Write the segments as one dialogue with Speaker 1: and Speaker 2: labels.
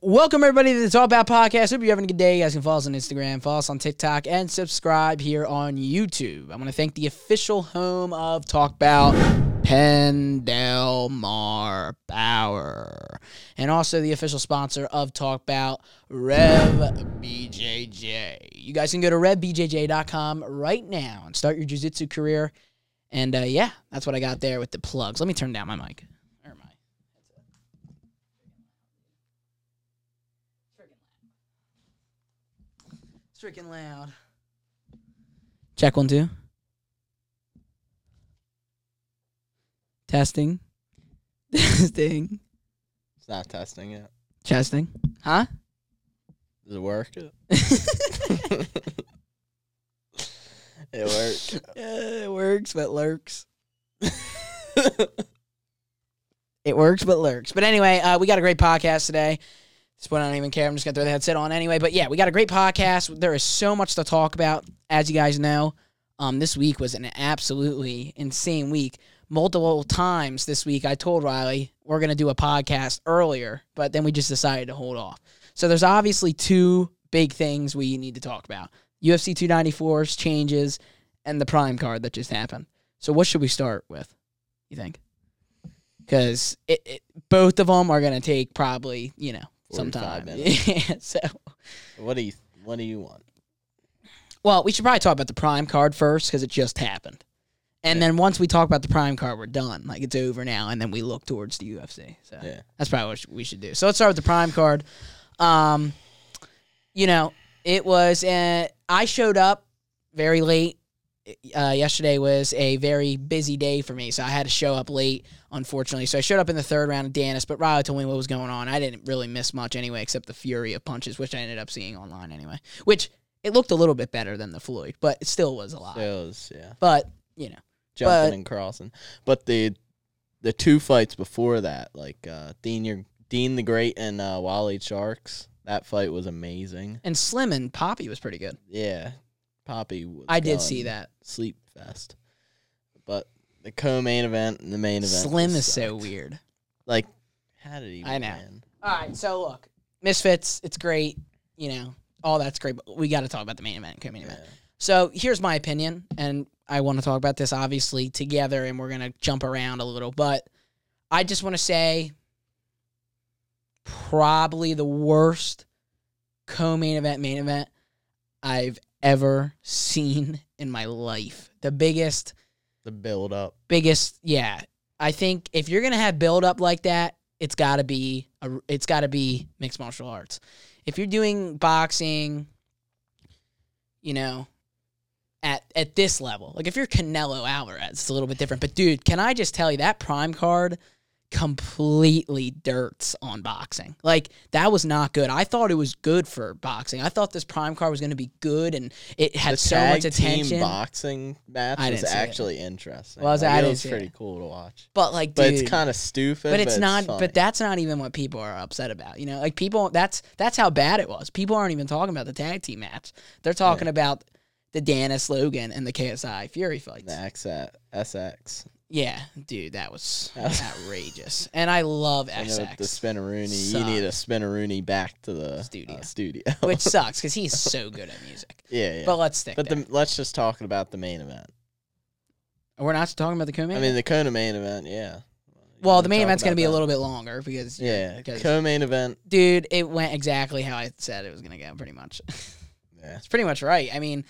Speaker 1: Welcome everybody to the Talk About Podcast. Hope you're having a good day. You guys can follow us on Instagram, follow us on TikTok, and subscribe here on YouTube. I want to thank the official home of Talk About, Pendelmar Power, and also the official sponsor of Talk About, Rev BJJ. You guys can go to revbjj.com right now and start your jiu-jitsu career. And uh, yeah, that's what I got there with the plugs. Let me turn down my mic. Where am I? It's freaking loud. Check one, two. Testing. Testing.
Speaker 2: It's not testing it.
Speaker 1: Testing. Huh?
Speaker 2: Does it work? it
Speaker 1: Yeah, it works, but lurks.
Speaker 2: worked.
Speaker 1: It works, but lurks. But anyway, uh, we got a great podcast today. At This point, I don't even care. I'm just gonna throw the headset on anyway. But yeah, we got a great podcast. There is so much to talk about, as you guys know. Um, this week was an absolutely insane week. Multiple times this week, I told Riley we're gonna do a podcast earlier, but then we just decided to hold off. So there's obviously two big things we need to talk about: UFC 294's changes and the Prime card that just happened. So what should we start with? You think? because it, it both of them are gonna take probably you know some
Speaker 2: 45
Speaker 1: time.
Speaker 2: minutes.
Speaker 1: yeah, so
Speaker 2: what do you What do you want?
Speaker 1: well, we should probably talk about the prime card first because it just happened, and
Speaker 2: Yeah.
Speaker 1: then once we talk about the prime card, we're done. Like it's over now, and then we look towards the UFC. So
Speaker 2: Yeah.
Speaker 1: that's probably what sh- we should do. So let's start with the prime card. Um, you know, it was uh, I showed up very late. Uh, yesterday was a very busy day for me, so I had to show up late, unfortunately. So I showed up in the third round of Danis, but Riley told me what was going on. I didn't really miss much anyway, except the fury of punches, which I ended up seeing online anyway. Which it looked a little bit better than the Floyd, but it still was a lot.
Speaker 2: Sales, yeah,
Speaker 1: But you know,
Speaker 2: jumping
Speaker 1: But-
Speaker 2: and crossing. But the the two fights before that, like uh, Dean your Dean the Great and uh, Wally Sharks, that fight was amazing.
Speaker 1: and Slim and Poppy was pretty good.
Speaker 2: Yeah, Poppy. Was
Speaker 1: I did
Speaker 2: going
Speaker 1: see that.
Speaker 2: sleep fest, but the co-main event and the main event.
Speaker 1: Slim is
Speaker 2: just
Speaker 1: so
Speaker 2: sucked.
Speaker 1: weird.
Speaker 2: Like, how did he?
Speaker 1: I know.
Speaker 2: win?
Speaker 1: All right, so look, Misfits, it's great, you know, all that's great, but we got to talk about the main event, co-main event.
Speaker 2: Yeah.
Speaker 1: So here's my opinion, and I want to talk about this obviously together, and we're gonna jump around a little, but I just want to say probably the worst co-main event main event I've ever seen in my life. The biggest
Speaker 2: The build up.
Speaker 1: biggest yeah i think if you're gonna have build up like that it's gotta be a, it's gotta be mixed martial arts if you're doing boxing you know at at this level like if you're canelo alvarez it's a little bit different but dude can i just tell you that prime card completely dirts on boxing like that was not good i thought it was good for boxing i thought this prime card was going to be good and it had
Speaker 2: the
Speaker 1: so
Speaker 2: tag
Speaker 1: much attention
Speaker 2: Team boxing match
Speaker 1: I
Speaker 2: is
Speaker 1: didn't see it.
Speaker 2: actually interesting.
Speaker 1: Well, I was-
Speaker 2: Like,
Speaker 1: I
Speaker 2: it
Speaker 1: didn't
Speaker 2: was
Speaker 1: see
Speaker 2: pretty
Speaker 1: it.
Speaker 2: cool to watch.
Speaker 1: but like
Speaker 2: But
Speaker 1: dude,
Speaker 2: it's kind of stupid.
Speaker 1: but it's not
Speaker 2: funny.
Speaker 1: but that's not even what people are upset about you know like people that's that's how bad it was people aren't even talking about the tag team match they're talking about the Danis Logan and the KSI Fury fights.
Speaker 2: the XS, SX.
Speaker 1: Yeah, dude, that was
Speaker 2: That was-
Speaker 1: outrageous. and I love
Speaker 2: I know with the
Speaker 1: XX,
Speaker 2: spinneroonie. You need a spinneroonie back to the uh,
Speaker 1: Studio.
Speaker 2: studio.
Speaker 1: which sucks because he's so good at music.
Speaker 2: yeah, yeah.
Speaker 1: But
Speaker 2: But,
Speaker 1: let's stick. But
Speaker 2: the, let's just talk about the main event.
Speaker 1: we're not talking about the co-main.
Speaker 2: I mean, the Kona main event. Yeah.
Speaker 1: well,
Speaker 2: We
Speaker 1: the main
Speaker 2: talk
Speaker 1: event's gonna
Speaker 2: about
Speaker 1: be a
Speaker 2: that.
Speaker 1: little bit longer because you're-
Speaker 2: Yeah,
Speaker 1: because-
Speaker 2: co-main event.
Speaker 1: dude, it went exactly how I said it was gonna go, pretty much.
Speaker 2: Yeah.
Speaker 1: It's pretty much right. I mean,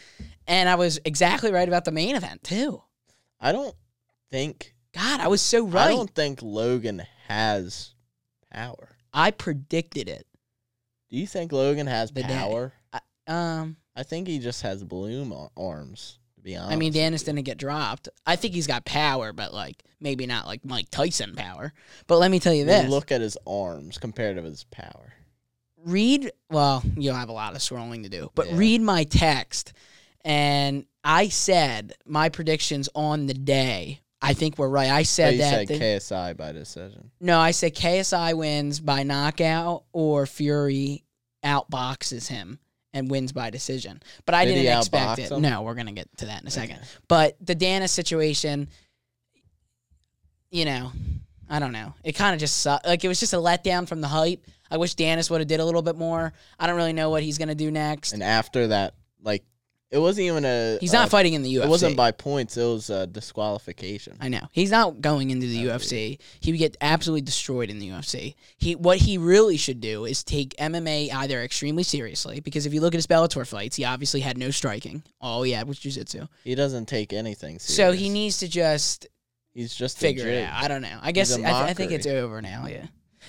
Speaker 1: and I was exactly right about the main event too.
Speaker 2: I don't think.
Speaker 1: God, I was so
Speaker 2: I
Speaker 1: right.
Speaker 2: don't think Logan has power.
Speaker 1: I, predicted it.
Speaker 2: Do you think Logan has
Speaker 1: The day.
Speaker 2: power?
Speaker 1: Um,
Speaker 2: I think he just has balloon ar- arms. To be honest,
Speaker 1: I mean,
Speaker 2: with you.
Speaker 1: Danis didn't get dropped. I think he's got power, but like maybe not like Mike Tyson power. But let me tell you
Speaker 2: I mean,
Speaker 1: this:
Speaker 2: Look at his arms compared to his power.
Speaker 1: read. Well, you'll have a lot of scrolling to do, but
Speaker 2: Yeah.
Speaker 1: read my text, and I said my predictions on the day. I think we're right. I
Speaker 2: So
Speaker 1: said
Speaker 2: Oh, you
Speaker 1: that.
Speaker 2: said
Speaker 1: the-
Speaker 2: KSI by decision.
Speaker 1: No, I said KSI wins by knockout or Fury outboxes him and wins by decision. But I
Speaker 2: Did he
Speaker 1: didn't expect
Speaker 2: outbox
Speaker 1: it.
Speaker 2: him?
Speaker 1: No, we're gonna get to that in a second.
Speaker 2: Okay.
Speaker 1: But the Danis situation, you know, I don't know. It kind of just sucked. Like it was just a letdown from the hype. I wish Danis would have did a little bit more. I don't really know what he's gonna do next.
Speaker 2: And after that, like it wasn't even a.
Speaker 1: he's
Speaker 2: a-
Speaker 1: not fighting in the UFC.
Speaker 2: It wasn't by points. It was a disqualification.
Speaker 1: I know he's not going into the UFC. He would get absolutely destroyed in the UFC. He what he really should do is take MMA either extremely seriously because if you look at his Bellator fights, he obviously had no striking. Oh, All he had was jujitsu.
Speaker 2: He doesn't take anything. Serious.
Speaker 1: So he needs to just
Speaker 2: He's just a
Speaker 1: figure it
Speaker 2: jig.
Speaker 1: out. I don't know. I guess I,
Speaker 2: a
Speaker 1: th- I think it's over now. Yeah.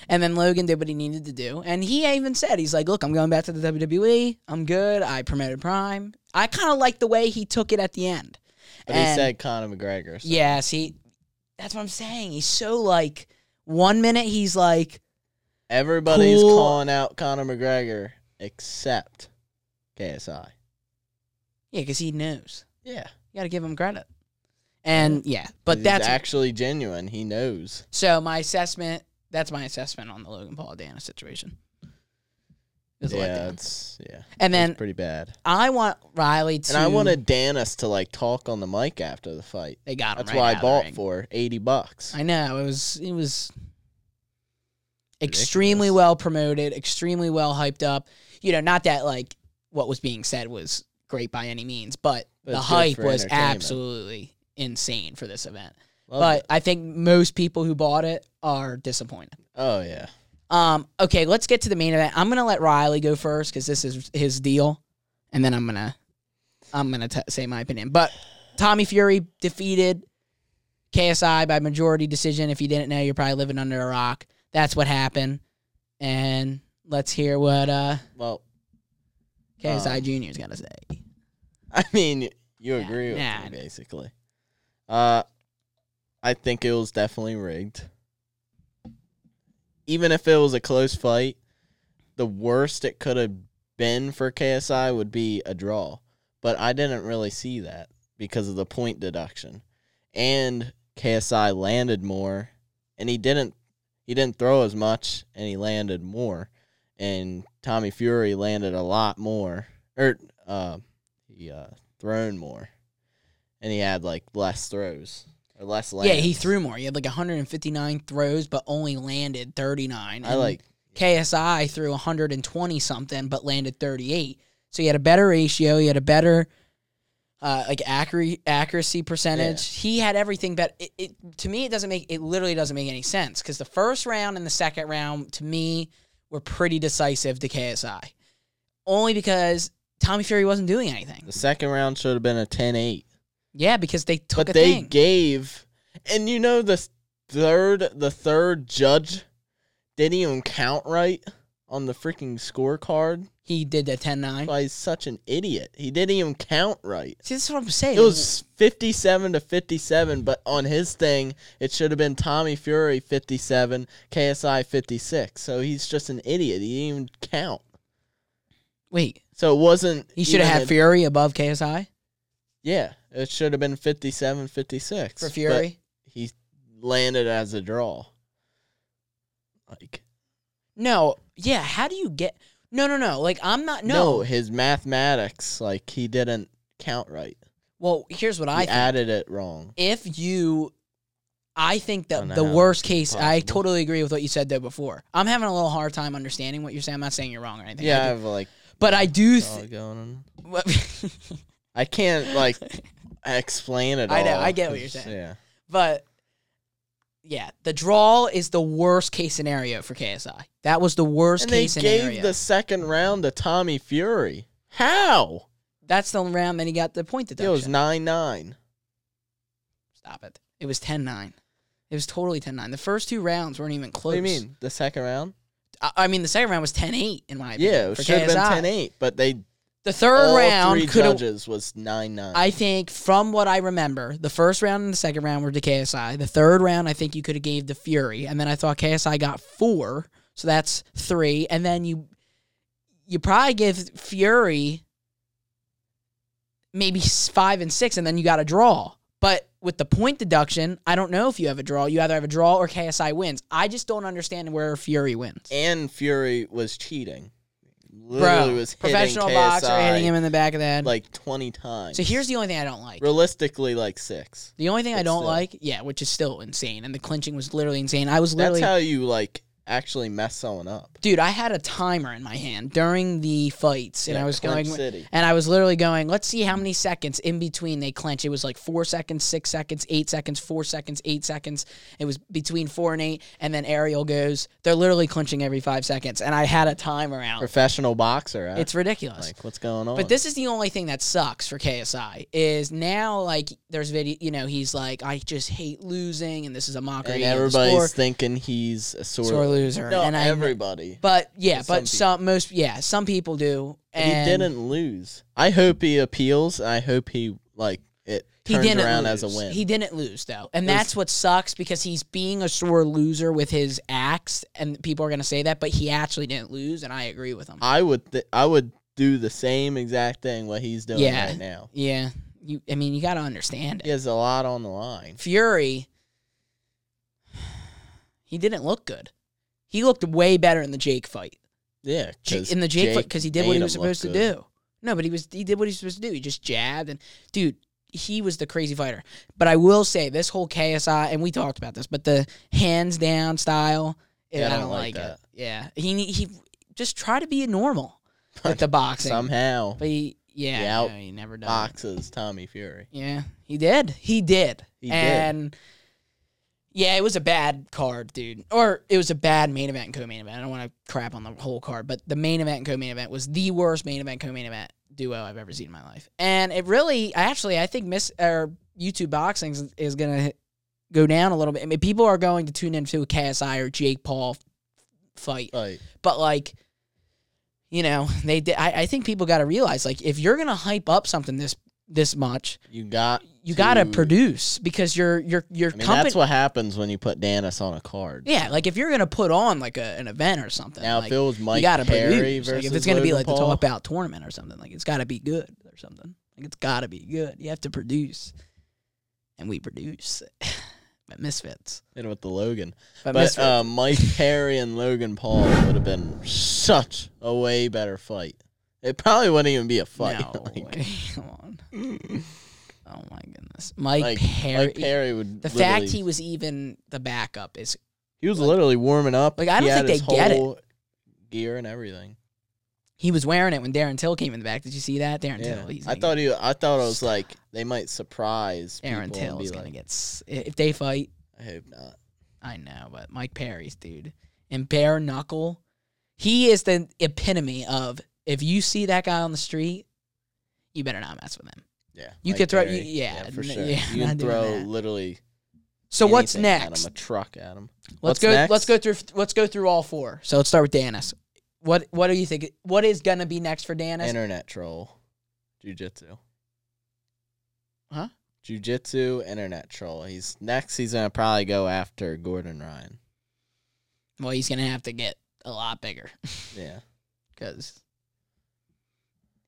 Speaker 1: And then Logan did what he needed to do, and he even said he's like, "Look, I'm going back to the WWE. I'm good. I promoted Prime. I kind of like the way he took it at the end."
Speaker 2: But he
Speaker 1: And-
Speaker 2: said Conor McGregor. so-
Speaker 1: Yes, he. That's what I'm saying. He's so like one minute he's like,
Speaker 2: Everybody's
Speaker 1: Cool.
Speaker 2: calling out Conor McGregor except KSI.
Speaker 1: yeah, because he knows.
Speaker 2: Yeah,
Speaker 1: You got to give him credit. And yeah, but
Speaker 2: He's
Speaker 1: that's
Speaker 2: actually genuine. He knows.
Speaker 1: so my assessment. That's my assessment on the Logan Paul Dana situation. It was a
Speaker 2: yeah,
Speaker 1: letdown.
Speaker 2: it's yeah.
Speaker 1: and
Speaker 2: it's
Speaker 1: then
Speaker 2: pretty bad.
Speaker 1: I want Riley to.
Speaker 2: And I wanted Danis to like talk on the mic after the fight.
Speaker 1: They got him.
Speaker 2: That's
Speaker 1: right out
Speaker 2: why I
Speaker 1: of the
Speaker 2: bought
Speaker 1: ring.
Speaker 2: for eighty bucks.
Speaker 1: I know it was it was
Speaker 2: Ridiculous.
Speaker 1: extremely well promoted, extremely well hyped up. You know, not that like what was being said was great by any means, but,
Speaker 2: But
Speaker 1: the
Speaker 2: it's good
Speaker 1: hype
Speaker 2: for
Speaker 1: was
Speaker 2: entertainment.
Speaker 1: absolutely insane for this event.
Speaker 2: Loved
Speaker 1: but
Speaker 2: it.
Speaker 1: I think most people who bought it are disappointed.
Speaker 2: oh yeah,
Speaker 1: Um, okay, let's get to the main event. I'm gonna let Riley go first because this is his deal, and then I'm gonna I'm gonna t- say my opinion. But Tommy Fury defeated KSI by majority decision. If you didn't know, you're probably living under a rock. That's what happened. And let's hear what uh,
Speaker 2: well,
Speaker 1: KSI
Speaker 2: Um,
Speaker 1: Junior's gotta say.
Speaker 2: I mean, you
Speaker 1: Yeah,
Speaker 2: agree with
Speaker 1: nah, I know.
Speaker 2: me basically. Uh, I think it was definitely rigged. Even if it was a close fight, the worst it could have been for KSI would be a draw. But I didn't really see that because of the point deduction, and KSI landed more, and he didn't he didn't throw as much, and he landed more, and Tommy Fury landed a lot more, or uh, he uh, thrown more, and he had like less throws or less lands.
Speaker 1: Yeah, he threw more. He had like 159 throws, but only landed 39.
Speaker 2: I
Speaker 1: And
Speaker 2: like
Speaker 1: KSI threw 120 something, but landed 38. So he had a better ratio. He had a better uh, like accuracy accuracy percentage. He had everything. But it, it to me, it doesn't make it literally doesn't make any sense because the first round and the second round to me were pretty decisive to KSI, only because Tommy Fury wasn't doing anything.
Speaker 2: the second round should have been a 10-8.
Speaker 1: Yeah, because they took
Speaker 2: but
Speaker 1: a
Speaker 2: they
Speaker 1: thing.
Speaker 2: gave and you know the third the third judge didn't even count right on the freaking scorecard
Speaker 1: he did that 10-9.
Speaker 2: why he's such an idiot he didn't even count right
Speaker 1: See, this is what I'm saying.
Speaker 2: it was 57 to 57 but on his thing it should have been tommy fury 57 ksi 56 so he's just an idiot he didn't even count
Speaker 1: wait.
Speaker 2: so it wasn't
Speaker 1: He should have
Speaker 2: even
Speaker 1: had
Speaker 2: a-
Speaker 1: Fury above KSI
Speaker 2: yeah it should have been 57 56
Speaker 1: for Fury.
Speaker 2: he landed as a draw. Like
Speaker 1: No, yeah. How do you get? No, no, no. Like I'm not. No.
Speaker 2: his mathematics, like he didn't count right.
Speaker 1: Well, here's what
Speaker 2: He
Speaker 1: I think.
Speaker 2: added it wrong.
Speaker 1: if you, I think that
Speaker 2: Don't know
Speaker 1: the
Speaker 2: how
Speaker 1: worst case. I
Speaker 2: possible.
Speaker 1: totally agree with what you said there before. I'm having a little hard time understanding what you're saying. I'm not saying you're wrong or anything.
Speaker 2: Yeah,
Speaker 1: I
Speaker 2: Oh. I
Speaker 1: do-
Speaker 2: have like
Speaker 1: but I do.
Speaker 2: all
Speaker 1: Th-
Speaker 2: going on.
Speaker 1: but-
Speaker 2: I can't like explain it.
Speaker 1: I know,
Speaker 2: all,
Speaker 1: I get what you're
Speaker 2: 'cause,
Speaker 1: saying.
Speaker 2: Yeah,
Speaker 1: but yeah, the draw is the worst case scenario for KSI. That was the worst
Speaker 2: and they
Speaker 1: case
Speaker 2: gave
Speaker 1: scenario.
Speaker 2: the second round to Tommy Fury. How?
Speaker 1: That's the round that he got the point
Speaker 2: It
Speaker 1: deduction.
Speaker 2: was nine nine.
Speaker 1: Stop it. It was 10-9. It was totally 10-9. The first two rounds weren't even
Speaker 2: What
Speaker 1: close.
Speaker 2: do you mean? The second round?
Speaker 1: I, I mean, the second round was 10-8 in my opinion.
Speaker 2: Yeah, it
Speaker 1: for
Speaker 2: should have been
Speaker 1: KSI.
Speaker 2: 10-8, but they
Speaker 1: The third
Speaker 2: all three
Speaker 1: round could have.
Speaker 2: judges was nine nine.
Speaker 1: I think from what I remember, the first round and the second round were to KSI. The third round, I think you could have gave the Fury, and then I thought KSI got four, so that's three, and then you you probably give Fury maybe s- five and six, and then you got a draw. But with the point deduction, I don't know if you have a draw. You either have a draw or KSI wins. I just don't understand where Fury wins.
Speaker 2: and Fury was cheating. literally
Speaker 1: Bro,
Speaker 2: was hitting
Speaker 1: professional
Speaker 2: KSI
Speaker 1: boxer hitting him in the back of the head.
Speaker 2: like twenty times.
Speaker 1: so here's the only thing I don't like.
Speaker 2: realistically like six.
Speaker 1: The only thing I
Speaker 2: But
Speaker 1: don't
Speaker 2: still.
Speaker 1: like, yeah, which is still insane, and the clinching was literally insane. I was
Speaker 2: That's
Speaker 1: literally,
Speaker 2: how you like actually mess someone up.
Speaker 1: dude, I had a timer in my hand during the fights, and
Speaker 2: Yeah,
Speaker 1: I was
Speaker 2: Clinch
Speaker 1: going,
Speaker 2: City.
Speaker 1: and I was literally going, let's see how many seconds in between they clinch. It was like four seconds, six seconds, eight seconds, four seconds, eight seconds. It was between four and eight, and then Ariel goes. They're literally clinching every five seconds, and I had a timer out.
Speaker 2: Professional boxer. Huh?
Speaker 1: It's ridiculous.
Speaker 2: like what's going on?
Speaker 1: But this is the only thing that sucks for KSI is now like there's video you know he's like I just hate losing and this is a mockery
Speaker 2: and
Speaker 1: of the
Speaker 2: everybody's
Speaker 1: sport."
Speaker 2: thinking he's a sore,
Speaker 1: sore loser
Speaker 2: No,
Speaker 1: and I
Speaker 2: everybody.
Speaker 1: but yeah but
Speaker 2: Some people.
Speaker 1: some most yeah some people do
Speaker 2: But he
Speaker 1: and
Speaker 2: didn't lose. I hope he appeals. I hope he like it
Speaker 1: he
Speaker 2: turns
Speaker 1: didn't
Speaker 2: around
Speaker 1: lose.
Speaker 2: as a win.
Speaker 1: He didn't lose though, and
Speaker 2: It was-
Speaker 1: that's what sucks because he's being a sore loser with his acts, and people are gonna say that, but he actually didn't lose, and I agree with him.
Speaker 2: I would th- I would do the same exact thing what he's doing
Speaker 1: Yeah.
Speaker 2: right now.
Speaker 1: yeah, you. I mean, you gotta understand it.
Speaker 2: He has a lot on the line.
Speaker 1: Fury, he didn't look good. He looked way better in the Jake fight.
Speaker 2: Yeah,
Speaker 1: Ja-
Speaker 2: 'cause
Speaker 1: in the Jake,
Speaker 2: Jake
Speaker 1: because he did what
Speaker 2: made
Speaker 1: he was
Speaker 2: him look
Speaker 1: supposed to
Speaker 2: good.
Speaker 1: do. No, but he was he did what he was supposed to do. He just jabbed and dude, he was the crazy fighter. But I will say this whole KSI, and we talked about this, but the hands down style, eh,
Speaker 2: Yeah,
Speaker 1: I, don't like, it.
Speaker 2: that.
Speaker 1: Yeah, he ne- he just try to be normal with the boxing.
Speaker 2: somehow.
Speaker 1: but he, yeah, no,
Speaker 2: He
Speaker 1: he never does.
Speaker 2: Boxes Tommy Fury.
Speaker 1: Yeah, he did. He did.
Speaker 2: He did.
Speaker 1: and yeah, it was a bad card, dude. Or it was a bad main event and co-main event. I don't want to crap on the whole card, but the main event and co-main event was the worst main event co-main event duo I've ever seen in my life. And it really, actually, I think Miss or YouTube Boxing is, is gonna go down a little bit. I mean, people are going to tune into a KSI or Jake Paul fight
Speaker 2: Like
Speaker 1: but like you know they did I, I think people got to realize like if you're gonna hype up something this this much
Speaker 2: you got
Speaker 1: you got to
Speaker 2: Dude.
Speaker 1: produce because you're you're you're
Speaker 2: I mean
Speaker 1: company
Speaker 2: that's what happens when you put Danis on a card.
Speaker 1: yeah like if you're gonna put on like a, an event or something
Speaker 2: Now
Speaker 1: like,
Speaker 2: if it was
Speaker 1: you
Speaker 2: Mike
Speaker 1: gotta
Speaker 2: Perry
Speaker 1: produce
Speaker 2: versus
Speaker 1: like if it's gonna be
Speaker 2: Logan
Speaker 1: like the
Speaker 2: Paul,
Speaker 1: talk about tournament or something like it's got to be good or something like it's got to be good you have to produce and we produce but misfits
Speaker 2: hit it with the Logan.
Speaker 1: but,
Speaker 2: But
Speaker 1: misfits
Speaker 2: uh, Mike Perry and Logan Paul would have been such a way better fight. It probably wouldn't even be a fight.
Speaker 1: no
Speaker 2: Like,
Speaker 1: way. come on oh my goodness Mike
Speaker 2: like,
Speaker 1: Perry
Speaker 2: Mike Perry would.
Speaker 1: The fact
Speaker 2: literally-
Speaker 1: he was even the backup is
Speaker 2: he was literally warming up.
Speaker 1: Like, I don't
Speaker 2: He
Speaker 1: think
Speaker 2: had his
Speaker 1: they get it.
Speaker 2: whole Gear and everything.
Speaker 1: he was wearing it when Darren Till came in the back. Did you see that? Darren Till. He's
Speaker 2: I
Speaker 1: gonna
Speaker 2: thought he. I thought it was like they might surprise.
Speaker 1: get, Darren
Speaker 2: people and
Speaker 1: Till
Speaker 2: be
Speaker 1: is gonna
Speaker 2: like,
Speaker 1: get s- if they fight.
Speaker 2: I hope not.
Speaker 1: I know, but Mike Perry's dude and bare knuckle. He is the epitome of if you see that guy on the street, you better not mess with him.
Speaker 2: Yeah,
Speaker 1: You
Speaker 2: Mike
Speaker 1: could throw-
Speaker 2: Perry.
Speaker 1: you- yeah,
Speaker 2: for
Speaker 1: n-
Speaker 2: sure.
Speaker 1: yeah,
Speaker 2: you
Speaker 1: not
Speaker 2: can
Speaker 1: doing
Speaker 2: throw
Speaker 1: that.
Speaker 2: literally.
Speaker 1: So what's
Speaker 2: anything at
Speaker 1: next?
Speaker 2: him, a truck at him.
Speaker 1: Let's
Speaker 2: What's
Speaker 1: go.
Speaker 2: next?
Speaker 1: Let's go through. Let's go through all four. So let's start with Danis. What What do you think? What is gonna be next for Danis?
Speaker 2: Internet troll, jujitsu.
Speaker 1: Huh?
Speaker 2: Jujitsu internet troll. He's next. He's gonna probably go after Gordon Ryan.
Speaker 1: well, he's gonna have to get a lot bigger.
Speaker 2: Yeah,
Speaker 1: because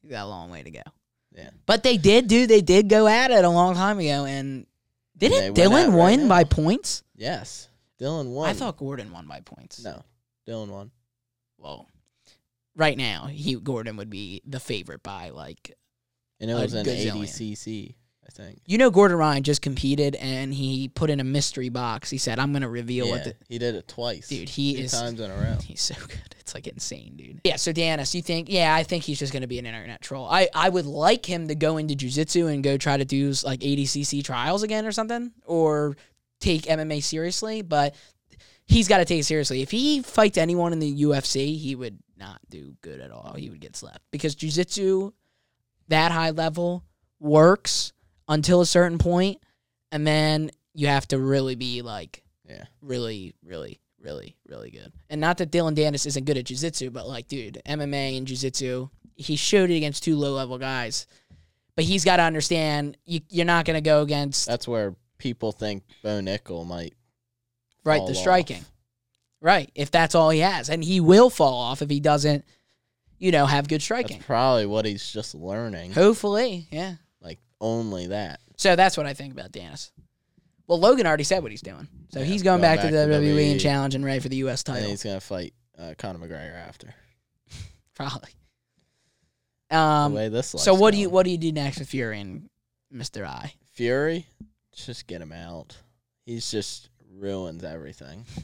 Speaker 1: you got a long way to go.
Speaker 2: Yeah.
Speaker 1: But they did do. They did go at it a long time ago, and didn't
Speaker 2: they
Speaker 1: Dylan
Speaker 2: went at it right
Speaker 1: win by
Speaker 2: now.
Speaker 1: points?
Speaker 2: yes. Dylan won.
Speaker 1: I thought Gordon won by points.
Speaker 2: no. Dylan won.
Speaker 1: Well, right now he Gordon would be the favorite by like
Speaker 2: And it
Speaker 1: A
Speaker 2: was an
Speaker 1: gazillion.
Speaker 2: ADCC. I think.
Speaker 1: you know Gordon Ryan just competed and he put in a mystery box. He said, "I'm gonna reveal what
Speaker 2: Yeah,
Speaker 1: the
Speaker 2: he did it twice,
Speaker 1: dude he
Speaker 2: Two
Speaker 1: is."
Speaker 2: times in a row.
Speaker 1: He's so good. It's like insane, dude. Yeah, so Danis, you think yeah, I think he's just gonna be an internet troll. I, I would like him to go into jujitsu and go try to do like ADCC trials again or something, or take MMA seriously, but he's gotta take it seriously. If he fights anyone in the UFC, he would not do good at all. He would get slept. Because jujitsu, that high level, works until a certain point, and then you have to really be like
Speaker 2: Yeah.
Speaker 1: really, really, really, really good. And not that Dylan Danis isn't good at jiu-jitsu, but like, dude, MMA and jiu-jitsu, he showed it against two low-level guys. But he's got to understand you, you're not going to go against
Speaker 2: That's where people think Bo Nickel might
Speaker 1: right
Speaker 2: fall
Speaker 1: the
Speaker 2: off.
Speaker 1: striking, right? If that's all he has, and he will fall off if he doesn't, you know, have good striking.
Speaker 2: That's probably what he's just learning.
Speaker 1: Hopefully, yeah.
Speaker 2: Like only that.
Speaker 1: So that's what I think about Danis. Well, Logan already said what he's doing, so
Speaker 2: Yeah,
Speaker 1: he's going, back, to the WWE, and challenging E Ray for the U.S.
Speaker 2: And
Speaker 1: title.
Speaker 2: he's gonna fight uh, Conor McGregor after.
Speaker 1: probably.
Speaker 2: the
Speaker 1: Um.
Speaker 2: way this looks.
Speaker 1: So what do you what do you do next if you're in Mister I?
Speaker 2: Fury? Just get him out. He's just ruins everything.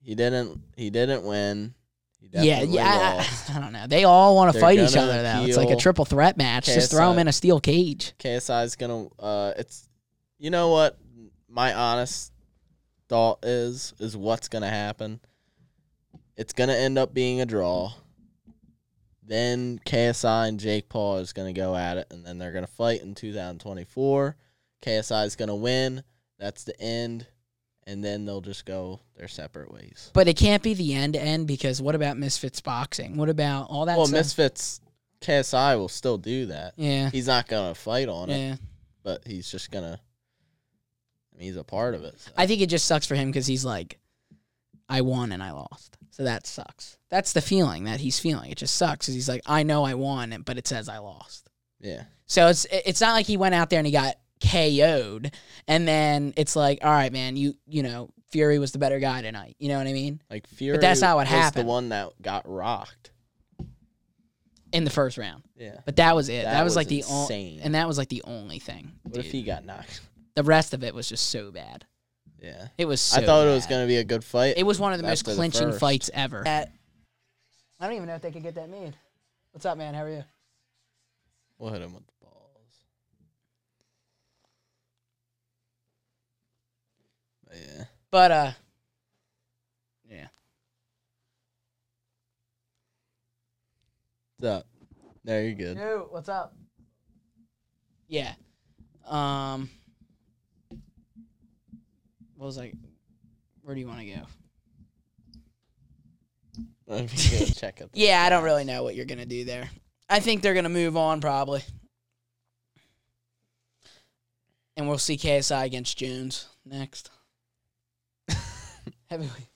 Speaker 2: He didn't. He didn't win. He
Speaker 1: Yeah,
Speaker 2: definitely
Speaker 1: yeah.
Speaker 2: lost.
Speaker 1: I, I don't know. They all want to
Speaker 2: They're
Speaker 1: fight each
Speaker 2: gonna
Speaker 1: other though. It's like a
Speaker 2: appeal.
Speaker 1: triple threat match. Just throw them
Speaker 2: KSI.
Speaker 1: in a steel cage.
Speaker 2: KSI's gonna. Uh, it's. You know what? My honest thought is is what's gonna happen. It's gonna end up being a draw. Then KSI and Jake Paul is gonna go at it, and then they're gonna fight in 2024. KSI is gonna win. That's the end, and then they'll just go their separate ways.
Speaker 1: But it can't be the end to end because what about Misfits boxing? What about all that?
Speaker 2: well,
Speaker 1: stuff?
Speaker 2: Misfits KSI will still do that.
Speaker 1: Yeah.
Speaker 2: He's not gonna fight on it,
Speaker 1: Yeah.
Speaker 2: but he's just gonna. I mean, he's a part of it. so.
Speaker 1: I think it just sucks for him because he's like, I won and I lost. So that sucks. That's the feeling that he's feeling. It just sucks 'cause he's like, I know I won, but it says I lost.
Speaker 2: Yeah.
Speaker 1: So it's it's not like he went out there and he got KO'd, and then it's like, all right, man, you you know, Fury was the better guy tonight. You know what I mean?
Speaker 2: Like Fury
Speaker 1: that's not what
Speaker 2: was
Speaker 1: happened.
Speaker 2: the one that got rocked.
Speaker 1: In the first round,
Speaker 2: Yeah.
Speaker 1: but that was it. That,
Speaker 2: That
Speaker 1: was,
Speaker 2: was
Speaker 1: like the only,
Speaker 2: insane.
Speaker 1: and that was like the only thing.
Speaker 2: What if
Speaker 1: dude.
Speaker 2: he got knocked?
Speaker 1: the rest of it was just so bad.
Speaker 2: Yeah.
Speaker 1: It was. So
Speaker 2: I thought it was
Speaker 1: bad.
Speaker 2: going to be a good fight.
Speaker 1: It was one of the most
Speaker 2: After the
Speaker 1: clinching
Speaker 2: first.
Speaker 1: fights ever. I don't even know if they could get that made. What's up, man? How are you?
Speaker 2: We'll hit him with the balls. But yeah.
Speaker 1: But uh, yeah.
Speaker 2: What's up? No, you're good.
Speaker 1: Dude, what's up? Yeah. Um. What was I? Where do you want to go?
Speaker 2: If you go check it.
Speaker 1: Yeah, I don't really know what you're gonna do there. I think they're gonna move on probably. And we'll see KSI against Jones next. heavyweight,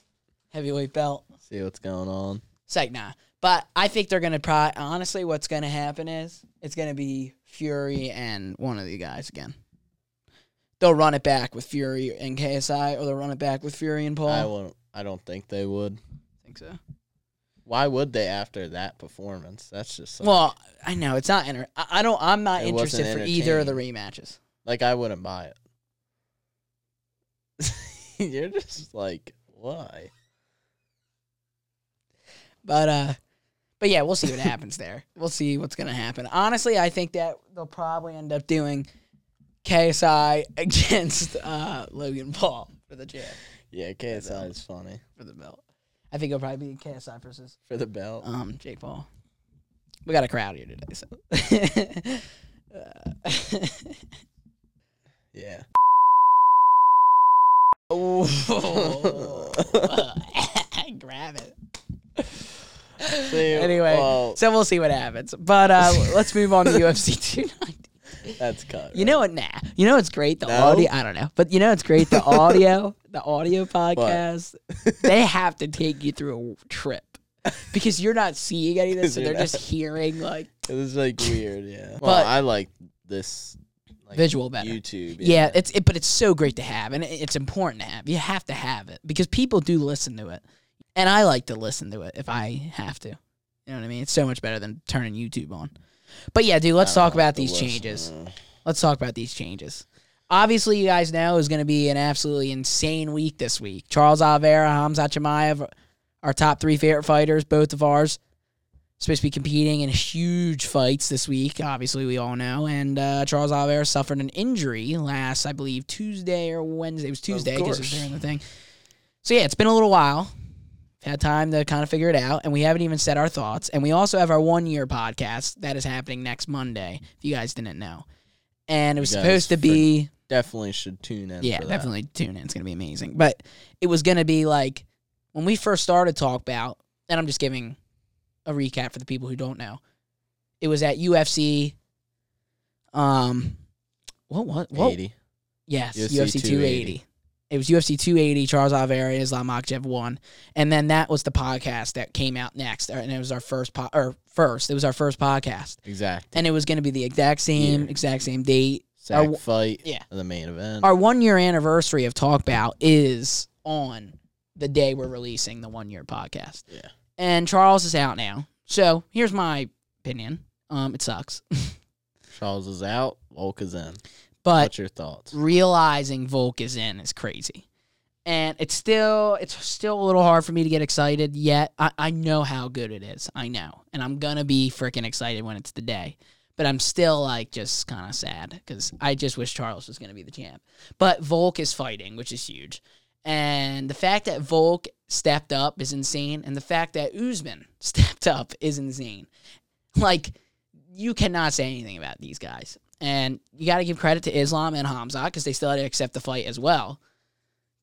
Speaker 1: heavyweight belt.
Speaker 2: See what's going on.
Speaker 1: It's like nah. But I think they're gonna probably honestly what's gonna happen is it's gonna be Fury and one of the guys again. They'll run it back with Fury and KSI or they'll run it back with Fury and Paul.
Speaker 2: I won't. I don't think they would.
Speaker 1: think so.
Speaker 2: Why would they after that performance? That's just like,
Speaker 1: Well, I know it's not enter I, I don't I'm not
Speaker 2: It wasn't
Speaker 1: interested for either of the rematches.
Speaker 2: like I wouldn't buy it. you're just like why?
Speaker 1: But uh but yeah, we'll see what happens there. We'll see what's gonna happen. Honestly, I think that they'll probably end up doing KSI against uh Logan Paul for the jab
Speaker 2: Yeah, KSI is funny.
Speaker 1: for the belt. I think it'll probably be KSI versus
Speaker 2: For the belt.
Speaker 1: um Jake Paul. We got a crowd here today, so Uh,
Speaker 2: Yeah.
Speaker 1: oh. grab it.
Speaker 2: See,
Speaker 1: Anyway,
Speaker 2: well,
Speaker 1: so we'll see what happens. But uh, let's move on to UFC 290.
Speaker 2: that's cut.
Speaker 1: You know what? Nah. You know what's great? The
Speaker 2: No?
Speaker 1: audio. I don't know, but you know what's great? The audio, the audio podcast. they have to take you through a trip because you're not seeing any of this,
Speaker 2: 'Cause
Speaker 1: so
Speaker 2: you're
Speaker 1: they're just hearing like
Speaker 2: it was like weird. Yeah. Well,
Speaker 1: But-
Speaker 2: I like this like,
Speaker 1: visual better.
Speaker 2: YouTube.
Speaker 1: yeah, it's it, but it's so great to have, and it- it's important to have. You have to have it because people do listen to it, and I like to listen to it if I have to. You know what I mean? It's so much better than turning YouTube on. But yeah, dude, let's
Speaker 2: I don't
Speaker 1: talk
Speaker 2: know
Speaker 1: about
Speaker 2: the
Speaker 1: these
Speaker 2: list,
Speaker 1: changes.
Speaker 2: uh,
Speaker 1: let's talk about these changes. Obviously, you guys know is going to be an absolutely insane week this week. Charles Oliveira, Hamza Chimaev, our top three favorite fighters, both of ours, supposed to be competing in huge fights this week. Obviously, we all know. And uh, Charles Oliveira suffered an injury last, I believe, Tuesday or Wednesday. It was Tuesday because it was
Speaker 2: course.
Speaker 1: during the thing. So yeah, it's been a little while. Had time to kind of figure it out, and we haven't even said our thoughts. And we also have our one year podcast that is happening next Monday. If you guys didn't know, and it was
Speaker 2: You guys
Speaker 1: supposed to be
Speaker 2: Definitely should tune in.
Speaker 1: yeah,
Speaker 2: for that.
Speaker 1: definitely tune in. It's gonna be amazing. But it was gonna be like when we first started talk about, and I'm just giving a recap for the people who don't know. It was at UFC. Um, what what what?
Speaker 2: 80.
Speaker 1: Yes, UFC,
Speaker 2: UFC
Speaker 1: 280. It was UFC 280. Charles Oliveira, Islam Makhachev won, and then that was the podcast that came out next, uh, and it was our first po- or first. It was our first podcast,
Speaker 2: Exactly.
Speaker 1: and it was going to be the exact same
Speaker 2: Year.
Speaker 1: exact same date.
Speaker 2: Sack
Speaker 1: our-
Speaker 2: fight.
Speaker 1: yeah.
Speaker 2: The main event.
Speaker 1: Our one year anniversary of Talk Bout is on the day we're releasing the one year podcast.
Speaker 2: yeah.
Speaker 1: and Charles is out now. So here's my opinion. Um, it sucks,
Speaker 2: Charles is out. Volk is in.
Speaker 1: but
Speaker 2: What's your thoughts?
Speaker 1: realizing Volk is in is crazy, and it's still it's still a little hard for me to get excited yet. I, I know how good it is. I know, and I'm gonna be freaking excited when it's the day. But I'm still like just kind of sad because I just wish Charles was gonna be the champ. But Volk is fighting, which is huge, and the fact that Volk stepped up is insane, and the fact that Usman stepped up is insane. Like you cannot say anything about these guys. And you got to give credit to Islam and Hamza because they still had to accept the fight as well.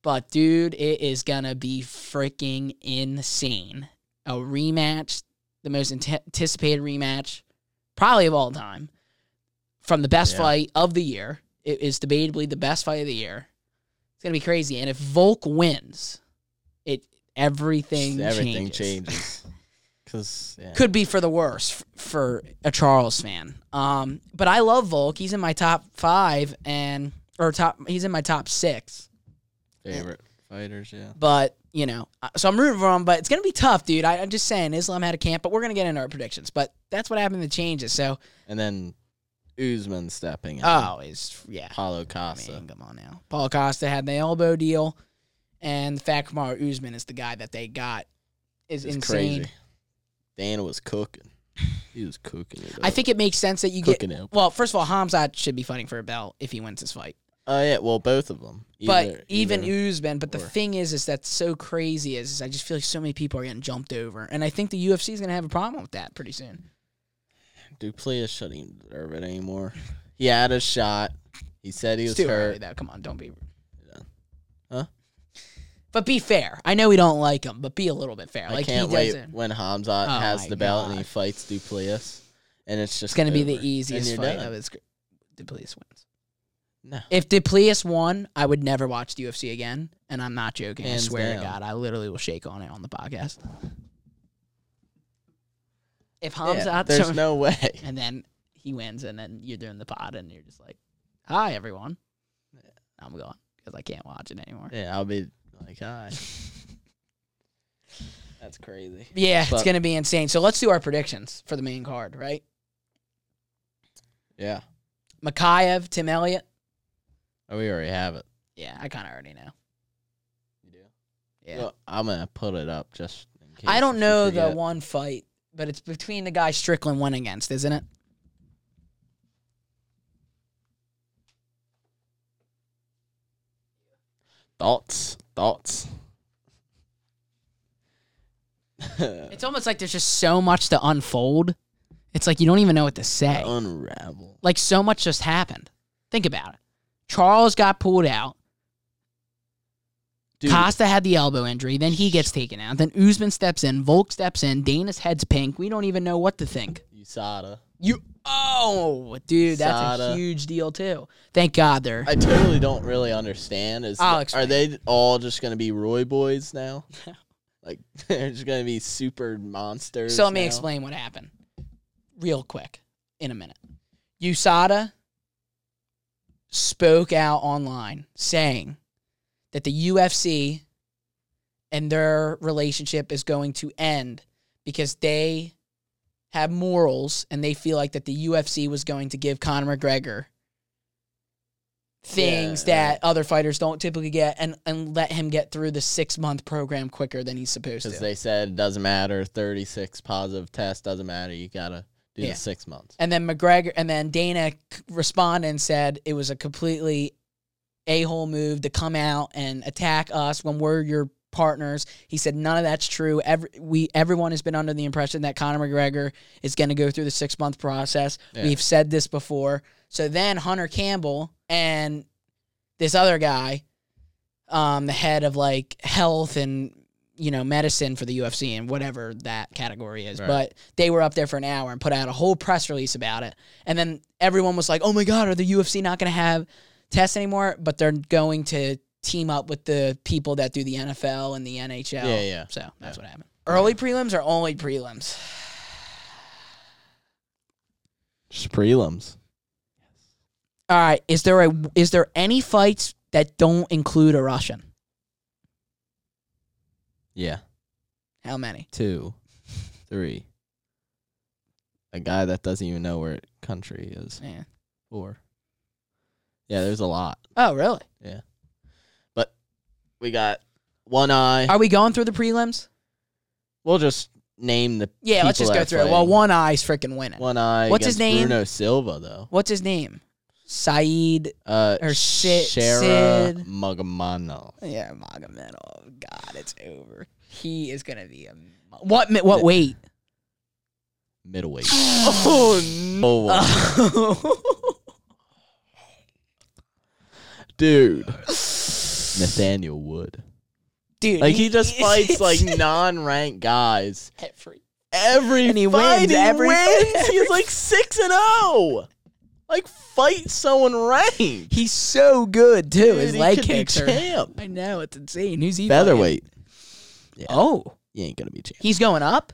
Speaker 1: But dude, it is gonna be freaking insane. A rematch, the most ante- anticipated rematch, probably of all time, from the best
Speaker 2: Yeah.
Speaker 1: fight of the year. It is debatably the best fight of the year. It's gonna be crazy. And if Volk wins, it everything
Speaker 2: Everything
Speaker 1: changes
Speaker 2: changes. Because yeah.
Speaker 1: could be for the worse f- for a Charles fan. Um, but I love Volk. He's in my top five and or top. He's in my top six.
Speaker 2: favorite fighters. Yeah.
Speaker 1: But you know, uh, so I'm rooting for him. But it's gonna be tough, dude. I, I'm just saying, Islam had a camp, but we're gonna get into our predictions. But that's what happened to changes. So
Speaker 2: And then Usman stepping in.
Speaker 1: oh, is yeah.
Speaker 2: Paulo
Speaker 1: I
Speaker 2: Costa.
Speaker 1: mean, come on now. Paul Costa had the elbow deal, and the fact Kamara Usman is the guy that they got is
Speaker 2: It's
Speaker 1: insane.
Speaker 2: crazy. Dan was cooking. He was cooking it. Up.
Speaker 1: I think it makes sense that you get.
Speaker 2: cooking it. up.
Speaker 1: Well, first of all, Hamzat should be fighting for a belt if he wins this fight.
Speaker 2: Oh yeah. Well, both of them.
Speaker 1: but even Usman. But the
Speaker 2: or.
Speaker 1: thing is, is that's so crazy. Is, is I just feel like so many people are getting jumped over, and I think the UFC is gonna have a problem with that pretty soon.
Speaker 2: Duplias shouldn't even deserve it anymore. He had a shot. He said he
Speaker 1: It's
Speaker 2: was
Speaker 1: too early,
Speaker 2: hurt.
Speaker 1: though. Come on, don't be.
Speaker 2: Yeah. Huh?
Speaker 1: But be fair. I know we don't like him, but be a little bit fair.
Speaker 2: I
Speaker 1: like he
Speaker 2: can't wait
Speaker 1: doesn't.
Speaker 2: when Hamzat
Speaker 1: Oh
Speaker 2: has
Speaker 1: my
Speaker 2: the belt and
Speaker 1: God.
Speaker 2: he fights Duplias, and it's just
Speaker 1: It's gonna be the
Speaker 2: over. And
Speaker 1: easiest
Speaker 2: you're
Speaker 1: fight
Speaker 2: done.
Speaker 1: of his. career. Duplius wins.
Speaker 2: No.
Speaker 1: If Duplius won, I would never watch the UFC again, and I'm not joking.
Speaker 2: Hands
Speaker 1: I swear
Speaker 2: down.
Speaker 1: to God, I literally will shake on it on the podcast. If Hamzat,
Speaker 2: Yeah, there's
Speaker 1: so-
Speaker 2: no way.
Speaker 1: and then he wins, and then you're doing the pod, and you're just like, "Hi, everyone." I'm gone because I can't watch it anymore.
Speaker 2: Yeah, I'll be like, hi. That's crazy.
Speaker 1: Yeah, it's
Speaker 2: But-
Speaker 1: gonna be insane. So let's do our predictions for the main card, right?
Speaker 2: Yeah.
Speaker 1: Makayev, Tim Elliott.
Speaker 2: Oh, we already have it.
Speaker 1: Yeah, I kind of already know.
Speaker 2: You do?
Speaker 1: Yeah,
Speaker 2: Well, I'm gonna put it up just in case.
Speaker 1: I
Speaker 2: if
Speaker 1: don't
Speaker 2: you
Speaker 1: know the
Speaker 2: forget.
Speaker 1: one fight, but it's between the guy Strickland went against, isn't it?
Speaker 2: thoughts. Thoughts.
Speaker 1: It's almost like there's just so much to unfold. It's like you don't even know what to say.
Speaker 2: Unravel.
Speaker 1: Like so much just happened. Think about it. Charles got pulled out.
Speaker 2: Dude,
Speaker 1: Costa had the elbow injury. Then he gets taken out. Then Usman steps in. Volk steps in. Dana's head's pink. We don't even know what to think.
Speaker 2: USADA.
Speaker 1: You oh, dude, that's
Speaker 2: Sada.
Speaker 1: a huge deal too. Thank God they're
Speaker 2: I totally don't really understand. Is
Speaker 1: I'll
Speaker 2: are
Speaker 1: explain.
Speaker 2: they all just gonna be Roy boys now? like they're just gonna be super monsters.
Speaker 1: So let me
Speaker 2: now?
Speaker 1: explain what happened real quick in a minute. USADA spoke out online saying that the UFC and their relationship is going to end because they have morals and they feel like that the UFC was going to give Conor McGregor things
Speaker 2: Yeah,
Speaker 1: that other fighters don't typically get and, and let him get through the six month program quicker than he's supposed to.
Speaker 2: Because they said it doesn't matter. Thirty six positive test doesn't matter. You gotta do
Speaker 1: Yeah.
Speaker 2: the six months.
Speaker 1: And then McGregor, and then Dana c- responded and said it was a completely a hole move to come out and attack us when we're your partners. He said none of that's true. Every we everyone has been under the impression that Conor McGregor is going to go through the six month process.
Speaker 2: Yeah.
Speaker 1: We've said this before. So then Hunter Campbell and this other guy, um, the head of like health and you know medicine for the UFC and whatever that category is,
Speaker 2: Right.
Speaker 1: but they were up there for an hour and put out a whole press release about it. And then everyone was like, "Oh my god, are the UFC not going to have tests anymore?" But they're going to team up with the people that do the NFL and the NHL.
Speaker 2: Yeah, yeah.
Speaker 1: So that's what happened. Early prelims are only prelims.
Speaker 2: Just prelims.
Speaker 1: All right, is there a is there any fights that don't include a Russian?
Speaker 2: Yeah,
Speaker 1: How many?
Speaker 2: two. Three. A guy that doesn't even know where country is.
Speaker 1: Yeah.
Speaker 2: Four. Yeah, there's a lot.
Speaker 1: Oh, really?
Speaker 2: We got one eye.
Speaker 1: Are we going through the prelims?
Speaker 2: We'll just name the
Speaker 1: Yeah, let's just
Speaker 2: People
Speaker 1: go
Speaker 2: that
Speaker 1: through it.
Speaker 2: played.
Speaker 1: Well, one eye's freaking winning.
Speaker 2: one eye.
Speaker 1: What's his
Speaker 2: against
Speaker 1: name?
Speaker 2: Bruno Silva, though.
Speaker 1: What's his name? Saeed.
Speaker 2: Uh,
Speaker 1: Or Sid-
Speaker 2: Shara
Speaker 1: Sid.
Speaker 2: Mugamano.
Speaker 1: Yeah,
Speaker 2: Oh,
Speaker 1: Magomedov. God, it's over. He is gonna be a what? mi- What weight?
Speaker 2: Middleweight.
Speaker 1: Oh
Speaker 2: Oh,
Speaker 1: no.
Speaker 2: dude. Nathaniel Wood.
Speaker 1: Dude,
Speaker 2: Like, he just fights, like, non ranked guys.
Speaker 1: every.
Speaker 2: Every
Speaker 1: And he
Speaker 2: fight
Speaker 1: wins
Speaker 2: he
Speaker 1: every-
Speaker 2: wins.
Speaker 1: every-
Speaker 2: He's like 6 and 0. Like, fight someone ranked.
Speaker 1: He's so good too. His
Speaker 2: Dude, he
Speaker 1: leg
Speaker 2: could be
Speaker 1: kicks are.
Speaker 2: champ.
Speaker 1: I know it's insane. Who's he? fighting?
Speaker 2: Featherweight.
Speaker 1: Oh,
Speaker 2: You ain't going to be champ.
Speaker 1: he's going up.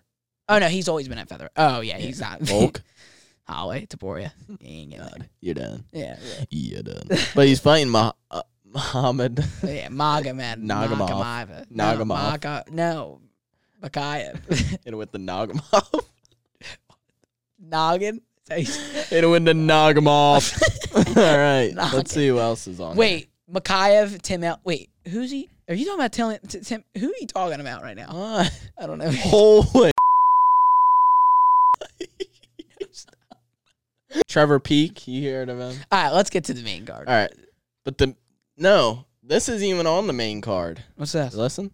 Speaker 1: Oh no, he's always been at feather. Oh yeah, he's not.
Speaker 2: Volk,
Speaker 1: Holloway, Taboria. He ain't getting there.
Speaker 2: you're done.
Speaker 1: Yeah,
Speaker 2: You're done. But he's fighting Mah- uh, Muhammad.
Speaker 1: yeah, yeah. Maga man.
Speaker 2: Nagamov.
Speaker 1: Nagamaiva. No,
Speaker 2: Nagamov.
Speaker 1: Maga. No, Makaya.
Speaker 2: Hit him with the Nagamov.
Speaker 1: Noggin. Is that how you-
Speaker 2: Hit him with the Nagamov. All right.
Speaker 1: Nog-
Speaker 2: Let's see who else is on. here.
Speaker 1: Wait, Makayev, Tim. El- wait, who's he? Are you talking about Tim? T- Tim? Who are you talking about right now?
Speaker 2: Ah,
Speaker 1: I don't know.
Speaker 2: holy. Trevor Peak, you heard of him?
Speaker 1: All right, let's get to the main card.
Speaker 2: All right. But the no, this is even on the main card.
Speaker 1: What's that?
Speaker 2: Listen.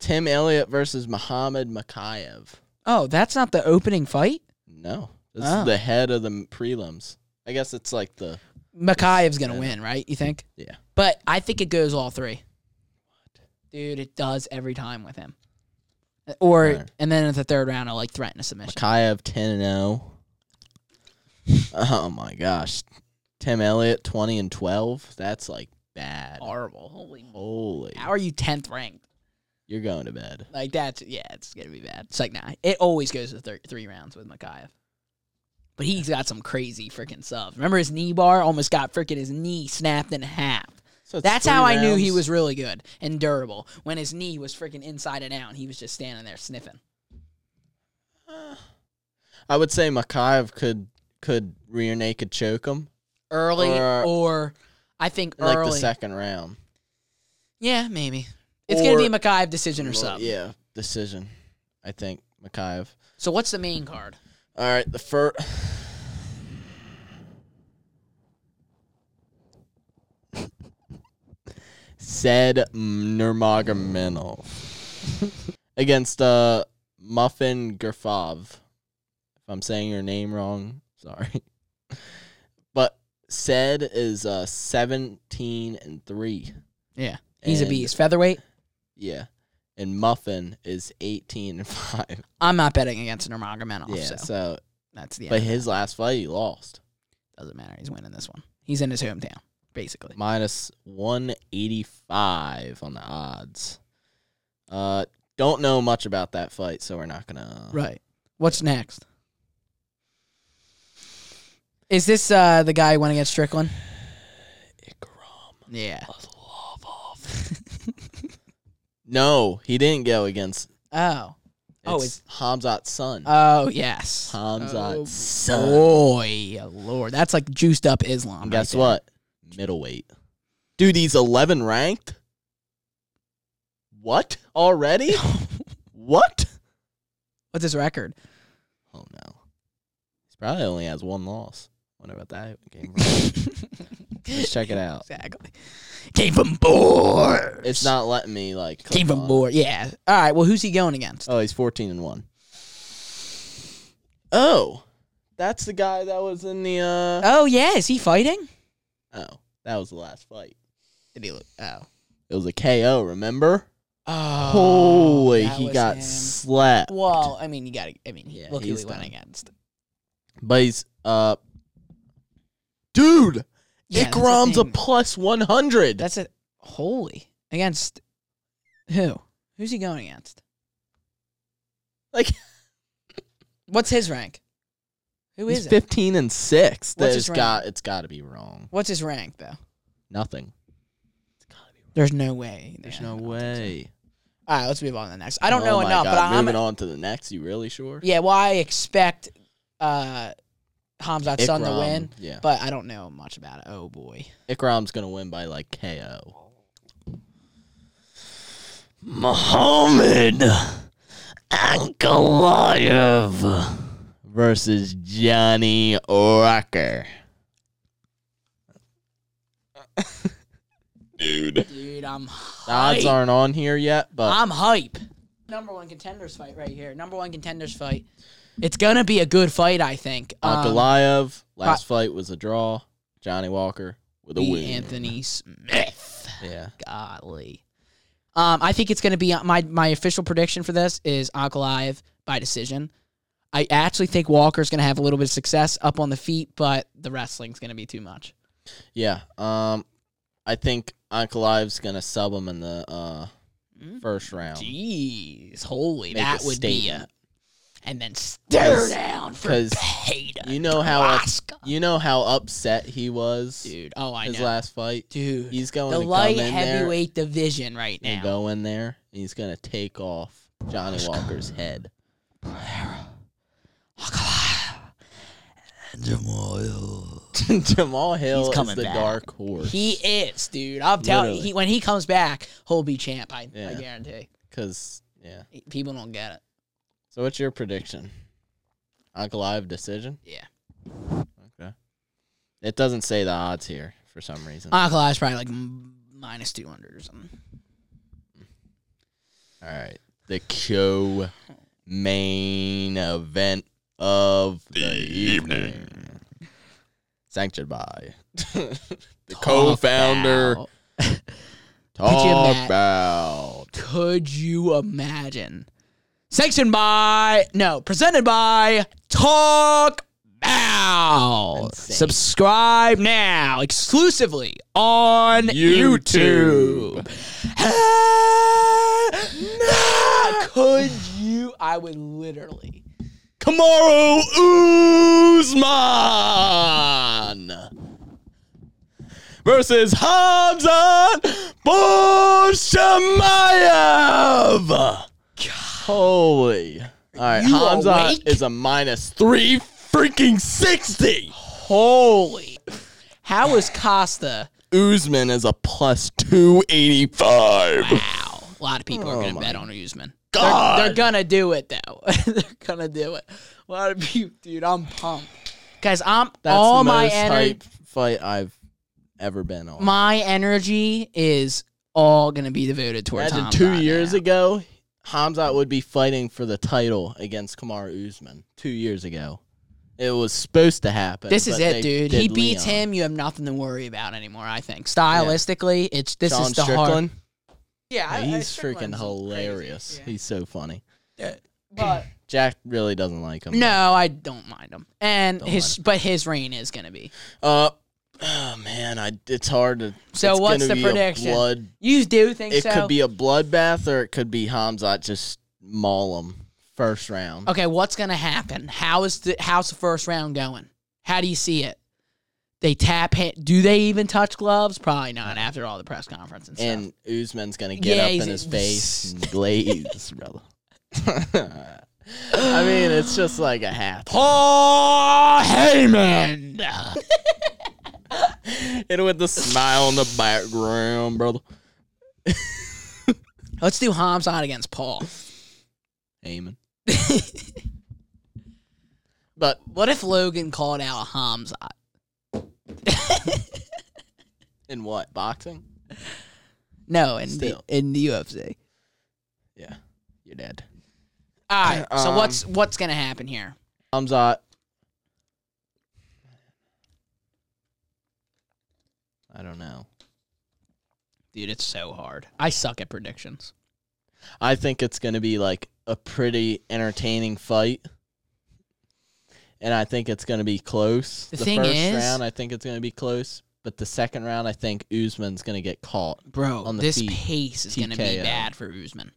Speaker 2: Tim Elliott versus Muhammad Makayev.
Speaker 1: Oh, that's not the opening fight.
Speaker 2: No. This
Speaker 1: Oh.
Speaker 2: is the head of the m- prelims. I guess it's like the
Speaker 1: Makayev's gonna
Speaker 2: Yeah.
Speaker 1: win, right? You think?
Speaker 2: Yeah.
Speaker 1: But I think it goes all three. Dude, it does every time with him. Or
Speaker 2: Alright.
Speaker 1: and then at the third round, I'll like threaten a submission.
Speaker 2: Makayev 10 and 0. Oh my gosh. Tim Elliott 20 and 12. That's like bad.
Speaker 1: Horrible. Holy. mo-
Speaker 2: Holy.
Speaker 1: How are you tenth ranked?
Speaker 2: You're going to bed.
Speaker 1: Like that's yeah, it's gonna be bad. It's like nah, it always goes to thir- three rounds with Makayev. But he's got some crazy freaking stuff. Remember his knee bar almost got freaking his knee snapped in half.
Speaker 2: So it's
Speaker 1: That's
Speaker 2: three
Speaker 1: how I knew he
Speaker 2: rounds.
Speaker 1: was really good and durable when his knee was freaking inside and out and he was just standing there sniffing.
Speaker 2: I would say Makayev could could rear naked choke him
Speaker 1: early or,
Speaker 2: Or-
Speaker 1: I think
Speaker 2: in like
Speaker 1: early.
Speaker 2: the second round.
Speaker 1: yeah, maybe. It's going
Speaker 2: Or-
Speaker 1: to be a Makayev decision or
Speaker 2: Well,
Speaker 1: sub.
Speaker 2: Yeah, decision. I think Makayev.
Speaker 1: So what's the main card?
Speaker 2: All right, the first. Said Nurmagomedov against uh, Muffin Gerfav. If I'm saying your name wrong, sorry. But said is uh, 17 and 3.
Speaker 1: Yeah. He's a
Speaker 2: And-
Speaker 1: beast. Featherweight?
Speaker 2: Yeah. And Muffin is 18 and 5.
Speaker 1: I'm not betting against Nurmagomedov,
Speaker 2: yeah,
Speaker 1: Oh, so.
Speaker 2: so
Speaker 1: that's the end.
Speaker 2: But his last fight, he lost.
Speaker 1: Doesn't matter. He's winning this one. He's in his hometown, basically.
Speaker 2: Minus 185 on the odds. Uh, don't know much about that fight, so we're not going to.
Speaker 1: Right. What's next? Is this uh, the guy who went against Strickland?
Speaker 2: Ikram
Speaker 1: Yeah.
Speaker 2: Aslavov. no, he didn't go against.
Speaker 1: Oh. Oh,
Speaker 2: It's Hamzat's son.
Speaker 1: Oh, yes. Oh,
Speaker 2: Hamzat's son.
Speaker 1: Boy, Lord. That's like juiced up Islam.
Speaker 2: And guess
Speaker 1: right there.
Speaker 2: what? Middleweight. Dude, he's 11 ranked? What? Already? what?
Speaker 1: What's his record?
Speaker 2: Oh no. He's probably only has one loss. Wonder about that game. Let's check it out.
Speaker 1: Exactly. Gave him more.
Speaker 2: It's not letting me like click
Speaker 1: Gave him
Speaker 2: on.
Speaker 1: more. Yeah. All right. Well, who's he going against?
Speaker 2: Oh, he's fourteen and one. Oh. That's the guy that was in the uh
Speaker 1: Oh yeah, is he fighting?
Speaker 2: Oh, that was the last fight.
Speaker 1: Did he look? Oh.
Speaker 2: It was a KO, remember?
Speaker 1: Oh.
Speaker 2: Holy
Speaker 1: that
Speaker 2: he
Speaker 1: was
Speaker 2: got
Speaker 1: him.
Speaker 2: slapped.
Speaker 1: Well, I mean, you got to. I mean,
Speaker 2: Yeah,
Speaker 1: look who
Speaker 2: he's
Speaker 1: he went
Speaker 2: done.
Speaker 1: against.
Speaker 2: But he's uh Dude,
Speaker 1: Yeah, that's the
Speaker 2: Ikram's a
Speaker 1: thing.
Speaker 2: plus one hundred.
Speaker 1: That's a holy against who? Who's he going against?
Speaker 2: Like-
Speaker 1: what's his rank? Who
Speaker 2: He's
Speaker 1: is it?
Speaker 2: fifteen and six.
Speaker 1: What's
Speaker 2: That
Speaker 1: his
Speaker 2: it's got it's gotta be wrong.
Speaker 1: What's his rank though?
Speaker 2: Nothing. It's gotta be
Speaker 1: There's no way.
Speaker 2: There's
Speaker 1: Yeah, I
Speaker 2: no
Speaker 1: don't think so.
Speaker 2: way.
Speaker 1: All right, let's move on to the next. I don't know
Speaker 2: Oh my
Speaker 1: enough,
Speaker 2: God,
Speaker 1: but I'm
Speaker 2: moving on to the next. You really sure?
Speaker 1: yeah. Well, I expect uh, Hamzat Sun to
Speaker 2: Ikram,
Speaker 1: win,
Speaker 2: Yeah,
Speaker 1: but I don't know much about it. Oh boy,
Speaker 2: Ikram's gonna win by like KO. Muhammad Ankalaev versus Johnny Rocker. Dude,
Speaker 1: dude, I'm
Speaker 2: the odds
Speaker 1: hype.
Speaker 2: aren't on here yet, but
Speaker 1: I'm hype. Number one contenders fight right here. Number one contenders fight. It's gonna be a good fight, I think.
Speaker 2: Ah.
Speaker 1: Um,
Speaker 2: Ankalaev last fight was a draw. Johnny Walker with a
Speaker 1: the
Speaker 2: win.
Speaker 1: Anthony Smith.
Speaker 2: Yeah,
Speaker 1: Golly. Um, I think it's going to be my my official prediction for this is Ankalaev by decision. I actually think Walker's going to have a little bit of success up on the feet, but the wrestling's going to be too much.
Speaker 2: yeah. Um, I think Ankalaev's gonna sub him in the uh
Speaker 1: Mm.
Speaker 2: first round.
Speaker 1: Jeez, holy,
Speaker 2: Make
Speaker 1: that
Speaker 2: a
Speaker 1: would be a,
Speaker 2: statement.
Speaker 1: and then stare
Speaker 2: 'Cause-
Speaker 1: down for
Speaker 2: 'cause
Speaker 1: Peta.
Speaker 2: You know how up,
Speaker 1: Prochaska.
Speaker 2: you know how upset he was
Speaker 1: dude. Oh, I
Speaker 2: his
Speaker 1: know,
Speaker 2: last fight.
Speaker 1: dude.
Speaker 2: He's going
Speaker 1: the
Speaker 2: to
Speaker 1: light
Speaker 2: come in there.
Speaker 1: heavyweight division right
Speaker 2: And
Speaker 1: now.
Speaker 2: go in there and he's gonna take off Johnny Walker's head. Jamal Hill
Speaker 1: coming
Speaker 2: is the
Speaker 1: back.
Speaker 2: dark horse.
Speaker 1: He is, dude. I'm telling you,
Speaker 2: Literally.
Speaker 1: he, when he comes back, he'll be champ. I,
Speaker 2: Yeah.
Speaker 1: I guarantee.
Speaker 2: because yeah.
Speaker 1: People don't get it.
Speaker 2: So what's your prediction? Ankalaev decision.
Speaker 1: Yeah.
Speaker 2: Okay. It doesn't say the odds here for some reason.
Speaker 1: Akala is probably like m- minus 200 or something.
Speaker 2: All right. The co main event of the, evening. Sanctioned by the co founder.
Speaker 1: Wow. Could you
Speaker 2: Talk
Speaker 1: ima-
Speaker 2: about.
Speaker 1: Could you imagine? Sanctioned by, no, presented by Talk Now.
Speaker 2: Insane.
Speaker 1: Subscribe now exclusively on
Speaker 2: YouTube.
Speaker 1: YouTube. Ah, Could you? I would literally.
Speaker 2: Kamaru Usman versus Hamzat Boshamayev. Holy. All right,
Speaker 1: you
Speaker 2: Hamzat
Speaker 1: awake?
Speaker 2: is a minus three freaking 60.
Speaker 1: Holy. How is Costa?
Speaker 2: Usman is a plus 285.
Speaker 1: Wow. A lot of people are
Speaker 2: Oh
Speaker 1: going to
Speaker 2: my
Speaker 1: bet on Usman.
Speaker 2: God.
Speaker 1: They're, going to do it, though. they're going to do it. A lot of people, dude, I'm pumped. Guys, I'm
Speaker 2: That's
Speaker 1: all
Speaker 2: the
Speaker 1: my
Speaker 2: most
Speaker 1: energy.
Speaker 2: hype fight I've ever been on.
Speaker 1: My energy is all going to be devoted towards
Speaker 2: Imagine
Speaker 1: Hamzat
Speaker 2: two years
Speaker 1: now.
Speaker 2: ago, Hamzat would be fighting for the title against Kamaru Usman. Two years ago, it was supposed to happen.
Speaker 1: This is
Speaker 2: but
Speaker 1: it,
Speaker 2: they
Speaker 1: dude.
Speaker 2: did
Speaker 1: He beats
Speaker 2: Leon.
Speaker 1: him. You have nothing to worry about anymore. I think stylistically, it's this
Speaker 2: Sean
Speaker 1: is the hard.
Speaker 2: Strickland.
Speaker 1: Yeah, I- I-
Speaker 2: He's freaking
Speaker 1: Strickland's crazy.
Speaker 2: hilarious.
Speaker 1: Yeah.
Speaker 2: He's so funny.
Speaker 1: But
Speaker 2: Jack really doesn't like him.
Speaker 1: no, I don't mind him. And
Speaker 2: Don't
Speaker 1: his, but his reign is gonna be.
Speaker 2: Uh, oh man, I it's hard to.
Speaker 1: So
Speaker 2: it's
Speaker 1: what's
Speaker 2: gonna
Speaker 1: the
Speaker 2: be a
Speaker 1: prediction?
Speaker 2: blood-
Speaker 1: You do think
Speaker 2: It
Speaker 1: so?
Speaker 2: could be a bloodbath, or it could be Hamzat just maul him first round.
Speaker 1: Okay, what's gonna happen? How is the how's the first round going? How do you see it? They tap hit. Do they even touch gloves? Probably not. After all the press conference and stuff.
Speaker 2: And Usman's gonna get
Speaker 1: Yeah,
Speaker 2: up
Speaker 1: he's-
Speaker 2: in his face and glaze, brother. I mean, it's just like a hat.
Speaker 1: Paul Heyman.
Speaker 2: And with the smile in the background, brother.
Speaker 1: Let's do Hamzat against Paul.
Speaker 2: Amen. but
Speaker 1: What if Logan called out Hamzat?
Speaker 2: in what boxing?
Speaker 1: No, in the,
Speaker 2: Still.
Speaker 1: in the UFC.
Speaker 2: Yeah, you're dead.
Speaker 1: All right. so
Speaker 2: Um,
Speaker 1: what's what's gonna happen here?
Speaker 2: Hamzat. I don't know.
Speaker 1: Dude, it's so hard. I suck at predictions.
Speaker 2: I think it's going to be like a pretty entertaining fight. And I think it's going to be close.
Speaker 1: The thing
Speaker 2: first
Speaker 1: is-
Speaker 2: round, I think it's going to be close. But the second round, I think Usman's going to get caught.
Speaker 1: Bro,
Speaker 2: On the
Speaker 1: this
Speaker 2: feet.
Speaker 1: pace is gonna be
Speaker 2: TKO.
Speaker 1: bad for Usman.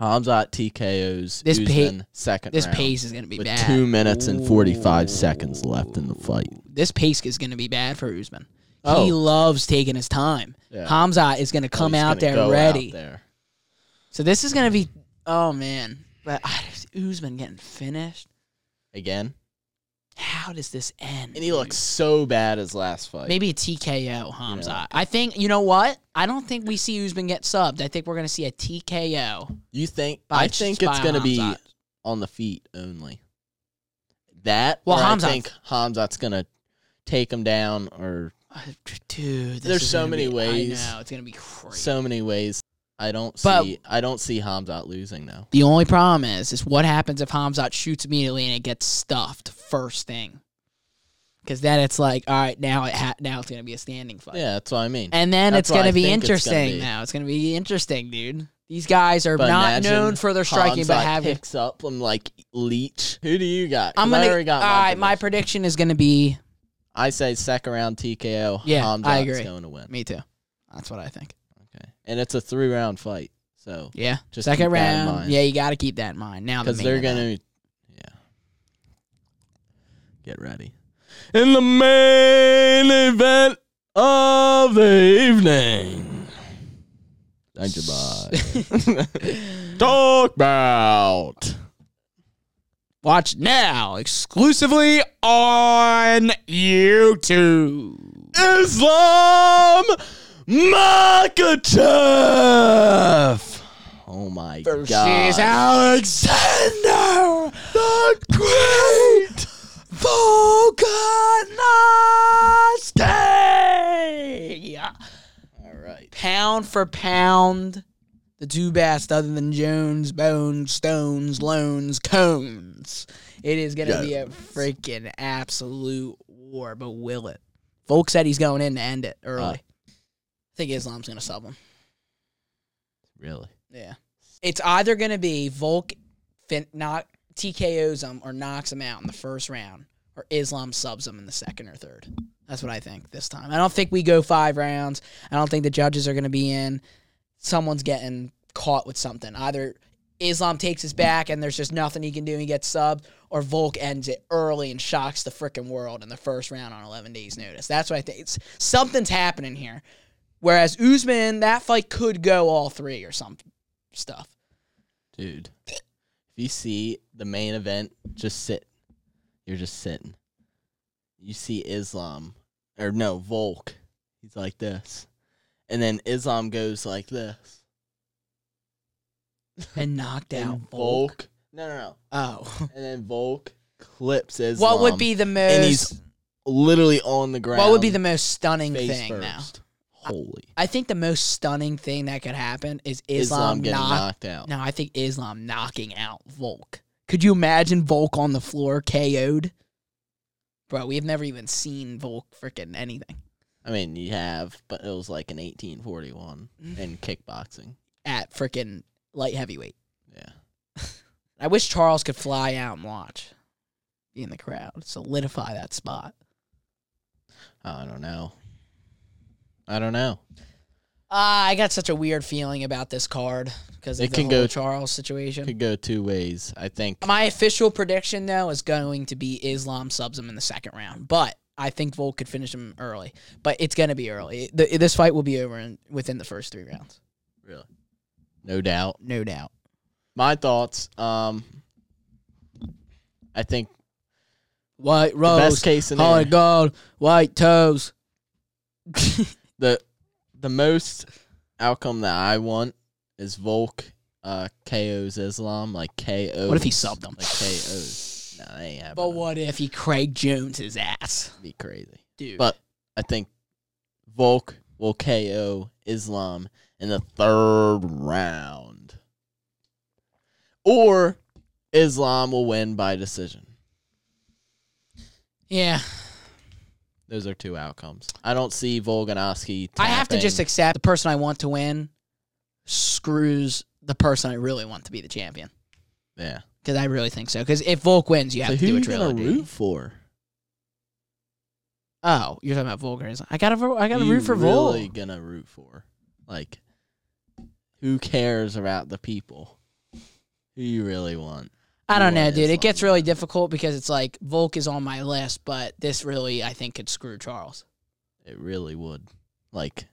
Speaker 2: Hamzat TKO's
Speaker 1: This pa-
Speaker 2: Usman second
Speaker 1: This
Speaker 2: round.
Speaker 1: pace is gonna be
Speaker 2: with
Speaker 1: bad.
Speaker 2: two minutes and 45 seconds left in the fight.
Speaker 1: This pace is going to be bad for Usman.
Speaker 2: Oh.
Speaker 1: He loves taking his time.
Speaker 2: Yeah.
Speaker 1: Hamzat is going to come
Speaker 2: Oh, He's
Speaker 1: out
Speaker 2: gonna
Speaker 1: there
Speaker 2: go
Speaker 1: ready.
Speaker 2: there.
Speaker 1: So this is gonna be oh man, but ah, Usman getting finished.
Speaker 2: again.
Speaker 1: How does this end?
Speaker 2: And he looks so bad his last fight.
Speaker 1: maybe a TKO Hamza.
Speaker 2: Yeah.
Speaker 1: I think you know what? I don't think we see Usman get subbed. I think we're gonna see a TKO.
Speaker 2: You think?
Speaker 1: By
Speaker 2: I think it's
Speaker 1: by
Speaker 2: going to be
Speaker 1: Hamzat.
Speaker 2: on the feet only. That
Speaker 1: Well,
Speaker 2: well, I
Speaker 1: Hamzat's-
Speaker 2: think Hamzat's going to take him down, or
Speaker 1: Uh, dude. this
Speaker 2: There's
Speaker 1: is
Speaker 2: so
Speaker 1: gonna
Speaker 2: many
Speaker 1: be-
Speaker 2: ways.
Speaker 1: I know it's gonna be crazy.
Speaker 2: so many ways. I don't
Speaker 1: But-
Speaker 2: see. I don't see Hamzat losing though.
Speaker 1: the only problem is, is what happens if Hamzat shoots immediately and it gets stuffed first thing? Because then it's like, all right, now it ha- now it's gonna be a standing fight.
Speaker 2: Yeah, that's what I mean.
Speaker 1: And then it's
Speaker 2: That's
Speaker 1: going
Speaker 2: what
Speaker 1: to
Speaker 2: I
Speaker 1: be
Speaker 2: think it's gonna
Speaker 1: interesting
Speaker 2: be.
Speaker 1: now. It's going to be interesting, dude. These guys are
Speaker 2: But
Speaker 1: not
Speaker 2: imagine
Speaker 1: known for their striking, but
Speaker 2: Hamzat
Speaker 1: have it.
Speaker 2: picks up and like leech. Who do you got? 'Cause
Speaker 1: I'm
Speaker 2: I
Speaker 1: going
Speaker 2: already
Speaker 1: to. All
Speaker 2: got
Speaker 1: right, my
Speaker 2: prediction.
Speaker 1: prediction is going to be.
Speaker 2: I say second round TKO.
Speaker 1: Yeah,
Speaker 2: Hamzat's
Speaker 1: I agree.
Speaker 2: going to win.
Speaker 1: Me too. That's what I think.
Speaker 2: Okay, and it's a three round fight, so
Speaker 1: Yeah.
Speaker 2: just
Speaker 1: Second
Speaker 2: keep that in
Speaker 1: round.
Speaker 2: mind.
Speaker 1: Yeah, you got to keep that in mind. Now the
Speaker 2: because
Speaker 1: main
Speaker 2: they're
Speaker 1: event.
Speaker 2: gonna, yeah. Get ready. In the main event of the evening, thank you, bye. Talk about
Speaker 1: Watch now exclusively on YouTube.
Speaker 2: Islam Makachev. Oh my
Speaker 1: Versus
Speaker 2: God!
Speaker 1: Alexander
Speaker 2: the Great Volkanovski. All right.
Speaker 1: Pound for pound, the two best other than Jones, Bones, Stones, Loans, Cones. It is going to be a freaking absolute war, but will it? Volk said he's going in to end it early.
Speaker 2: Uh.
Speaker 1: I think Islam's going to sub him.
Speaker 2: Really?
Speaker 1: Yeah. It's either going to be Volk fin- knock, TKOs him or knocks him out in the first round, or Islam subs him in the second or third. That's what I think this time. I don't think we go five rounds. I don't think the judges are going to be in. Someone's getting caught with something. Either Islam takes his back and there's just nothing he can do and he gets subbed, or Volk ends it early and shocks the freaking world in the first round on 11 days' notice. That's what I think. It's, something's happening here. Whereas Usman, that fight could go all three or some stuff.
Speaker 2: Dude. If you see the main event, just sit. You're just sitting. You see Islam or no, Volk. He's like this. And then Islam goes like this.
Speaker 1: And knocked out
Speaker 2: and
Speaker 1: Volk.
Speaker 2: Volk. No, no, no.
Speaker 1: Oh.
Speaker 2: And then Volk clips Islam.
Speaker 1: What would be the most
Speaker 2: um, and he's literally on the ground.
Speaker 1: what would be the most stunning
Speaker 2: face
Speaker 1: thing now?
Speaker 2: first. Holy.
Speaker 1: I think the most stunning thing that could happen is Islam,
Speaker 2: Islam, getting
Speaker 1: knock-
Speaker 2: knocked out.
Speaker 1: No, I think Islam knocking out Volk. Could you imagine Volk on the floor KO'd? Bro, we've never even seen Volk freaking anything
Speaker 2: I mean, you have, but it was like an 1841
Speaker 1: Mm.
Speaker 2: in kickboxing.
Speaker 1: at freaking light heavyweight.
Speaker 2: Yeah.
Speaker 1: I wish Charles could fly out and watch. Be in the crowd. Solidify that spot.
Speaker 2: I don't know. I don't know.
Speaker 1: Uh, I got such a weird feeling about this card because
Speaker 2: It
Speaker 1: it
Speaker 2: can
Speaker 1: the whole
Speaker 2: go-
Speaker 1: Charles situation.
Speaker 2: Could go two ways. I think.
Speaker 1: My official prediction though is going to be Islam subs him in the second round, but I think Volk could finish him early. But it's going to be early. The, this fight will be over in, within the first three rounds,
Speaker 2: Really. No doubt.
Speaker 1: no doubt.
Speaker 2: My thoughts. Um. I think
Speaker 1: White
Speaker 2: the
Speaker 1: rose,
Speaker 2: best case
Speaker 1: holy
Speaker 2: scenario,
Speaker 1: gold, white toes.
Speaker 2: the the most outcome that I want is Volk uh, KO's Islam, like KO.
Speaker 1: What if he subbed him?
Speaker 2: Like KO's. Nah, that ain't happening.
Speaker 1: But what if he Craig Jones his ass,
Speaker 2: Be crazy.
Speaker 1: dude?
Speaker 2: But I think Volk will KO Islam in the third round. Or Islam will win by decision.
Speaker 1: yeah,
Speaker 2: Those are two outcomes. I don't see Volkanovski.
Speaker 1: I have to
Speaker 2: tapping.
Speaker 1: just accept the person I want to win screws the person I really want to be the champion.
Speaker 2: Yeah.
Speaker 1: Because I really think so. Because if Volk wins, you have
Speaker 2: So
Speaker 1: to
Speaker 2: who
Speaker 1: do
Speaker 2: are
Speaker 1: a
Speaker 2: you going to
Speaker 1: trilogy.
Speaker 2: root for?
Speaker 1: Oh, you're talking about Volk. and Islam. I gotta, vo- I gotta
Speaker 2: Who you
Speaker 1: root for
Speaker 2: really
Speaker 1: Volk.
Speaker 2: going to root for? Like, who cares about the people? Who you really want?
Speaker 1: I don't
Speaker 2: you
Speaker 1: know,
Speaker 2: want
Speaker 1: dude. It
Speaker 2: Islam
Speaker 1: gets
Speaker 2: to
Speaker 1: really
Speaker 2: win.
Speaker 1: difficult because it's like Volk is on my list, but this really, I think, could screw Charles.
Speaker 2: It really would. Like,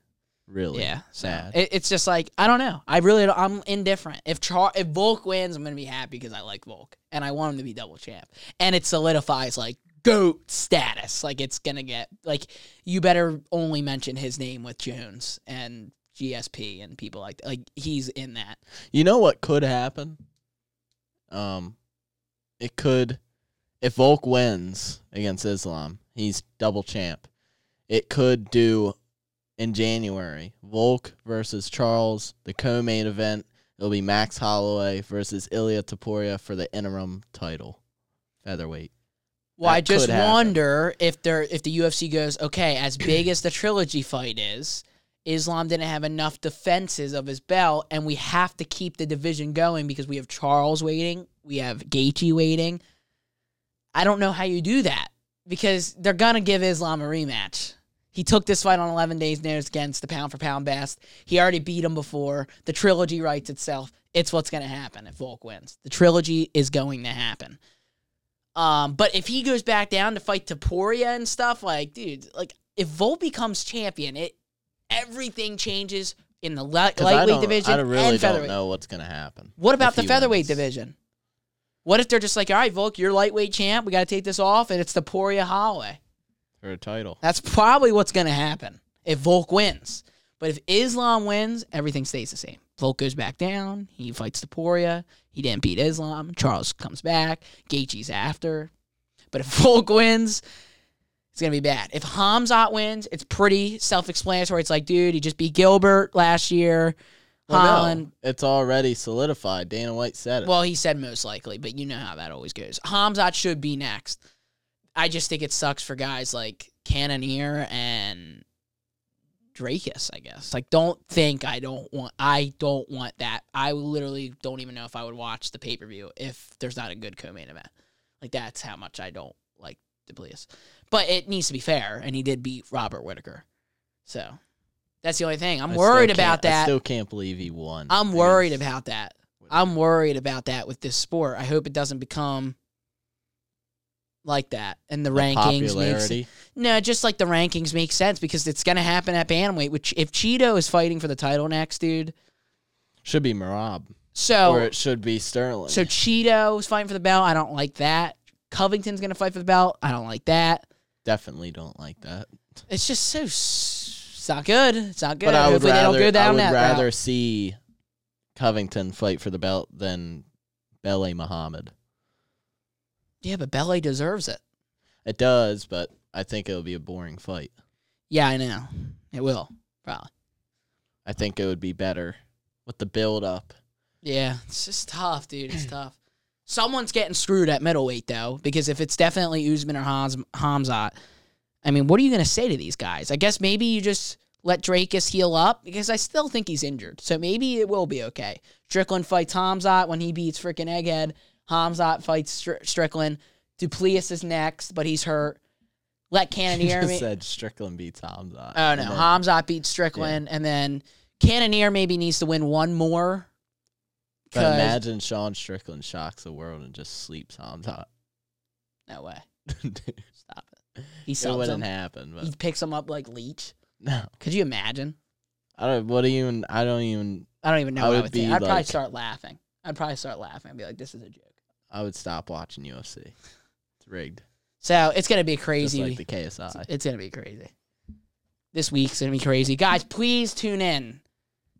Speaker 2: Really.
Speaker 1: Yeah, so
Speaker 2: sad.
Speaker 1: it, it's just like I don't know. I really don't, I'm indifferent. If Char- if Volk wins, I'm gonna be happy because I like Volk and I want him to be double champ. And it solidifies like goat status. Like it's gonna get like you better only mention his name with Jones and GSP and people like like he's in that.
Speaker 2: You know what could happen? Um, it could, if Volk wins against Islam, he's double champ. It could do in January Volk versus Charles, the co main event. It'll be Max Holloway versus Ilya Taporia for the interim title, featherweight.
Speaker 1: Well, I
Speaker 2: That could
Speaker 1: just
Speaker 2: happen.
Speaker 1: wonder if there if the UFC goes okay, as big as the trilogy fight is, Islam didn't have enough defenses of his belt, and we have to keep the division going because we have Charles waiting, we have Gaethje waiting. I don't know how you do that because they're gonna give Islam a rematch. He took this fight on 11 days notice against the pound for pound best. He already beat him before. The trilogy writes itself. It's what's going to happen if Volk wins. The trilogy is going to happen. Um, but if he goes back down to fight Taporia and stuff, like, dude, like if Volk becomes champion, it everything changes in the li-
Speaker 2: 'Cause I
Speaker 1: lightweight
Speaker 2: don't-
Speaker 1: division
Speaker 2: I don't- really
Speaker 1: and
Speaker 2: don't
Speaker 1: featherweight.
Speaker 2: know what's going to happen.
Speaker 1: What about
Speaker 2: if
Speaker 1: the
Speaker 2: he
Speaker 1: featherweight
Speaker 2: wins.
Speaker 1: division? What if they're just like, all right, Volk, you're lightweight champ. We got to take this off, and it's Taporia Holloway.
Speaker 2: For a title.
Speaker 1: That's probably what's going to happen if Volk wins. But if Islam wins, everything stays the same. Volk goes back down. He fights Taporia. He didn't beat Islam. Charles comes back. Gaethje's after. But if Volk wins, it's going to be bad. If Hamzat wins, it's pretty self explanatory. It's like, dude, he just beat Gilbert last year.
Speaker 2: Well, no,
Speaker 1: Holland
Speaker 2: it's already solidified. Dana White said it.
Speaker 1: well, he said most likely, but you know how that always goes. Hamzat should be next. I just think it sucks for guys like Cannoneer and Drakus, I guess. Like don't think I don't want I don't want that. I literally don't even know if I would watch the pay-per-view if there's not a good co-main event. Like that's how much I don't like Duplius. But it needs to be fair and he did beat Robert Whittaker. So that's the only thing. I'm
Speaker 2: I still
Speaker 1: worried
Speaker 2: can't-
Speaker 1: about
Speaker 2: I
Speaker 1: that.
Speaker 2: still can't believe he won.
Speaker 1: I'm worried
Speaker 2: against-
Speaker 1: about that. I'm worried about that with this sport. I hope it doesn't become like that, and the,
Speaker 2: The
Speaker 1: rankings makes no, just like the rankings make sense because it's gonna happen at bantamweight. Which if Cheeto is fighting for the title next, dude.
Speaker 2: should be Marab or
Speaker 1: So
Speaker 2: it should be Sterling.
Speaker 1: Oh. so Cheeto is fighting for the belt. I don't like that. Covington's gonna fight for the belt. I don't like that.
Speaker 2: definitely don't like that.
Speaker 1: It's just so s- it's not good. It's not good.
Speaker 2: But I would
Speaker 1: Hopefully
Speaker 2: rather
Speaker 1: they don't go down
Speaker 2: I would
Speaker 1: that
Speaker 2: rather
Speaker 1: route.
Speaker 2: see Covington fight for the belt than Bele Muhammad.
Speaker 1: Yeah, but Belly deserves it.
Speaker 2: It does, but I think it would be a boring fight.
Speaker 1: Yeah, I know. It will probably.
Speaker 2: I think it would be better with the build up.
Speaker 1: Yeah, it's just tough, dude. It's tough. Someone's getting screwed at middleweight though, because if it's definitely Usman or Hams- Hamzat, I mean, what are you gonna say to these guys? I guess maybe you just let Drakus heal up because I still think he's injured, so maybe it will be okay. Strickland fights Hamzat when he beats freaking Egghead. Hamzat fights Str- Strickland. Duplius is next, but he's hurt. Let Cannonier.
Speaker 2: You just
Speaker 1: ma-
Speaker 2: said Strickland beats Hamza.
Speaker 1: Oh
Speaker 2: And
Speaker 1: no,
Speaker 2: then-
Speaker 1: Hamzat beats Strickland, and then Cannoneer maybe needs to win one more.
Speaker 2: But
Speaker 1: 'cause-
Speaker 2: imagine Sean Strickland shocks the world and just sleeps Hamza.
Speaker 1: no way.
Speaker 2: it
Speaker 1: Stop it. He subs
Speaker 2: wouldn't
Speaker 1: him.
Speaker 2: happen.
Speaker 1: He
Speaker 2: But
Speaker 1: picks him up like leech.
Speaker 2: no,
Speaker 1: Could you imagine?
Speaker 2: I don't. What do you? even- I don't even.
Speaker 1: I don't even know
Speaker 2: I
Speaker 1: what I
Speaker 2: would
Speaker 1: would think.
Speaker 2: be
Speaker 1: I'd probably
Speaker 2: like-
Speaker 1: start laughing. I'd probably start laughing. I'd be like, "This is a joke."
Speaker 2: I would stop watching UFC. It's rigged.
Speaker 1: So it's gonna be
Speaker 2: Just
Speaker 1: crazy.
Speaker 2: like the KSI.
Speaker 1: It's gonna be crazy. This week's gonna be crazy, guys. Please tune in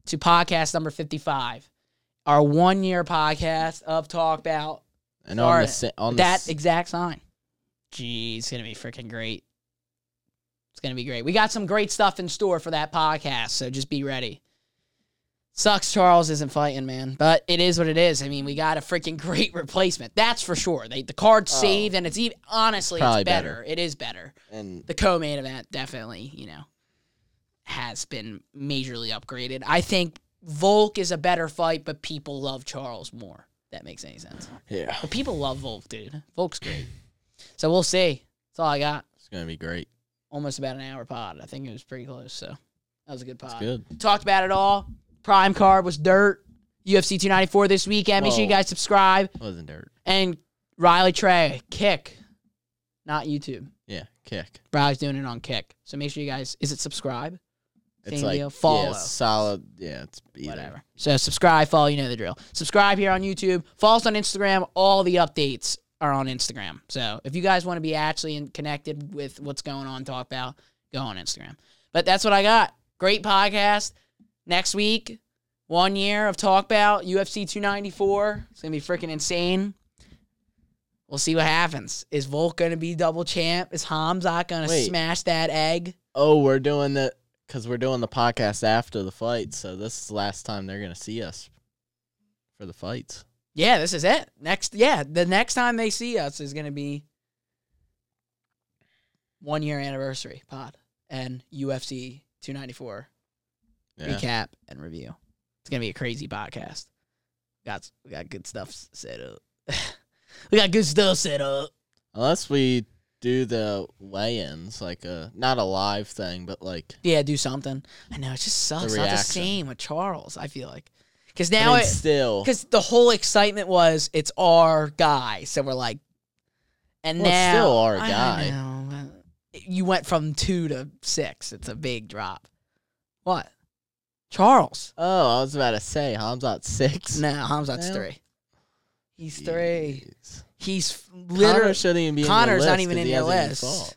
Speaker 1: to podcast number fifty-five, our one-year podcast of Talk About
Speaker 2: And on
Speaker 1: Florida.
Speaker 2: the sa- on the
Speaker 1: that
Speaker 2: s-
Speaker 1: exact sign. Jeez, it's gonna be freaking great. It's gonna be great. We got some great stuff in store for that podcast, so just be ready. Sucks Charles isn't fighting, man, but it is what it is. I mean, we got a freaking great replacement. That's for sure. They, the card's
Speaker 2: Oh.
Speaker 1: saved, and it's even honestly, it's
Speaker 2: Probably
Speaker 1: better.
Speaker 2: better.
Speaker 1: It is better.
Speaker 2: and
Speaker 1: The co-main event definitely, you know, has been majorly upgraded. I think Volk is a better fight, but people love Charles more. If that makes any sense.
Speaker 2: yeah,
Speaker 1: But people love Volk, dude. Volk's great. So we'll see. That's all I got.
Speaker 2: it's gonna be great.
Speaker 1: Almost about an hour pod. I think it was pretty close. So that was a good pod.
Speaker 2: It's good.
Speaker 1: Talked about it all. Prime card was dirt. UFC 294 this weekend. Make sure you
Speaker 2: Whoa.
Speaker 1: guys subscribe.
Speaker 2: It wasn't dirt.
Speaker 1: And Riley Trey, kick, not YouTube.
Speaker 2: Yeah, kick.
Speaker 1: Riley's doing it on kick. So make sure you guys, is it subscribe?
Speaker 2: It's
Speaker 1: Same
Speaker 2: like
Speaker 1: deal.
Speaker 2: yeah,
Speaker 1: Follow.
Speaker 2: solid. Yeah, it's either.
Speaker 1: whatever. So subscribe, follow, you know the drill. Subscribe here on YouTube. Follow us on Instagram. All the updates are on Instagram. So if you guys want to be actually in- connected with what's going on, talk about, go on Instagram. But that's what I got. Great podcast. Next week, one year of talk about UFC 294. It's gonna be freaking insane. We'll see what happens. Is Volk gonna be double champ? Is Hamzat gonna
Speaker 2: Wait.
Speaker 1: smash that egg?
Speaker 2: Oh, we're doing the because we're doing the podcast after the fight, so this is the last time they're gonna see us for the fights.
Speaker 1: Yeah, this is it. Next, yeah, the next time they see us is going to be one year anniversary pod and UFC 294
Speaker 2: Yeah.
Speaker 1: recap and review. It's going to be a crazy podcast. Got we got good stuff s- set up. we got good stuff set up.
Speaker 2: Unless we do the weigh-ins, like a not a live thing, but like
Speaker 1: Yeah, do something. I know it just sucks. It's not the
Speaker 2: reaction.
Speaker 1: same with Charles. I feel like because
Speaker 2: I
Speaker 1: now
Speaker 2: mean,
Speaker 1: it,
Speaker 2: still
Speaker 1: because the whole excitement was it's our guy, so we're like, and
Speaker 2: Well, it's
Speaker 1: now
Speaker 2: still our
Speaker 1: I
Speaker 2: guy.
Speaker 1: know, but you went from two to six. It's a big drop. What, Charles?
Speaker 2: Oh, I was about to say Hamzat six.
Speaker 1: No, Hamzat's
Speaker 2: Well,
Speaker 1: three. He's three.
Speaker 2: Jeez.
Speaker 1: He's
Speaker 2: Connor
Speaker 1: literally.
Speaker 2: shouldn't even be.
Speaker 1: Connor's not
Speaker 2: in your list
Speaker 1: even
Speaker 2: 'cause
Speaker 1: in
Speaker 2: he
Speaker 1: your
Speaker 2: hasn't even
Speaker 1: list.
Speaker 2: fought.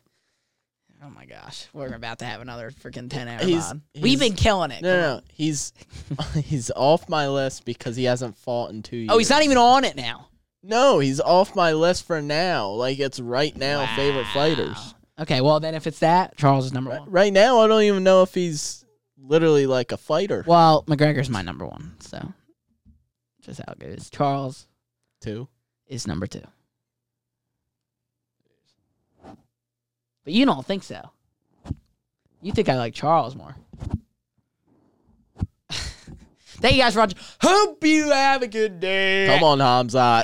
Speaker 1: Oh my gosh, we're about to have another freaking ten hour
Speaker 2: He's-
Speaker 1: pod.
Speaker 2: he's-
Speaker 1: We've been killing it.
Speaker 2: No, no, no, he's he's off my list because he hasn't fought in two years.
Speaker 1: Oh, he's not even on it now.
Speaker 2: No, he's off my list for now. Like it's right now favorite
Speaker 1: Wow.
Speaker 2: fighters.
Speaker 1: Okay, well then if it's that, Charles is number
Speaker 2: Right,
Speaker 1: one.
Speaker 2: right now, I don't even know if he's literally like a fighter.
Speaker 1: Well, McGregor's my number one, so just how it goes. Charles
Speaker 2: Two.
Speaker 1: is number two. But you don't think so. You think I like Charles more. Thank you guys for watching. Hope you have a good day.
Speaker 2: Come on, Hamzat.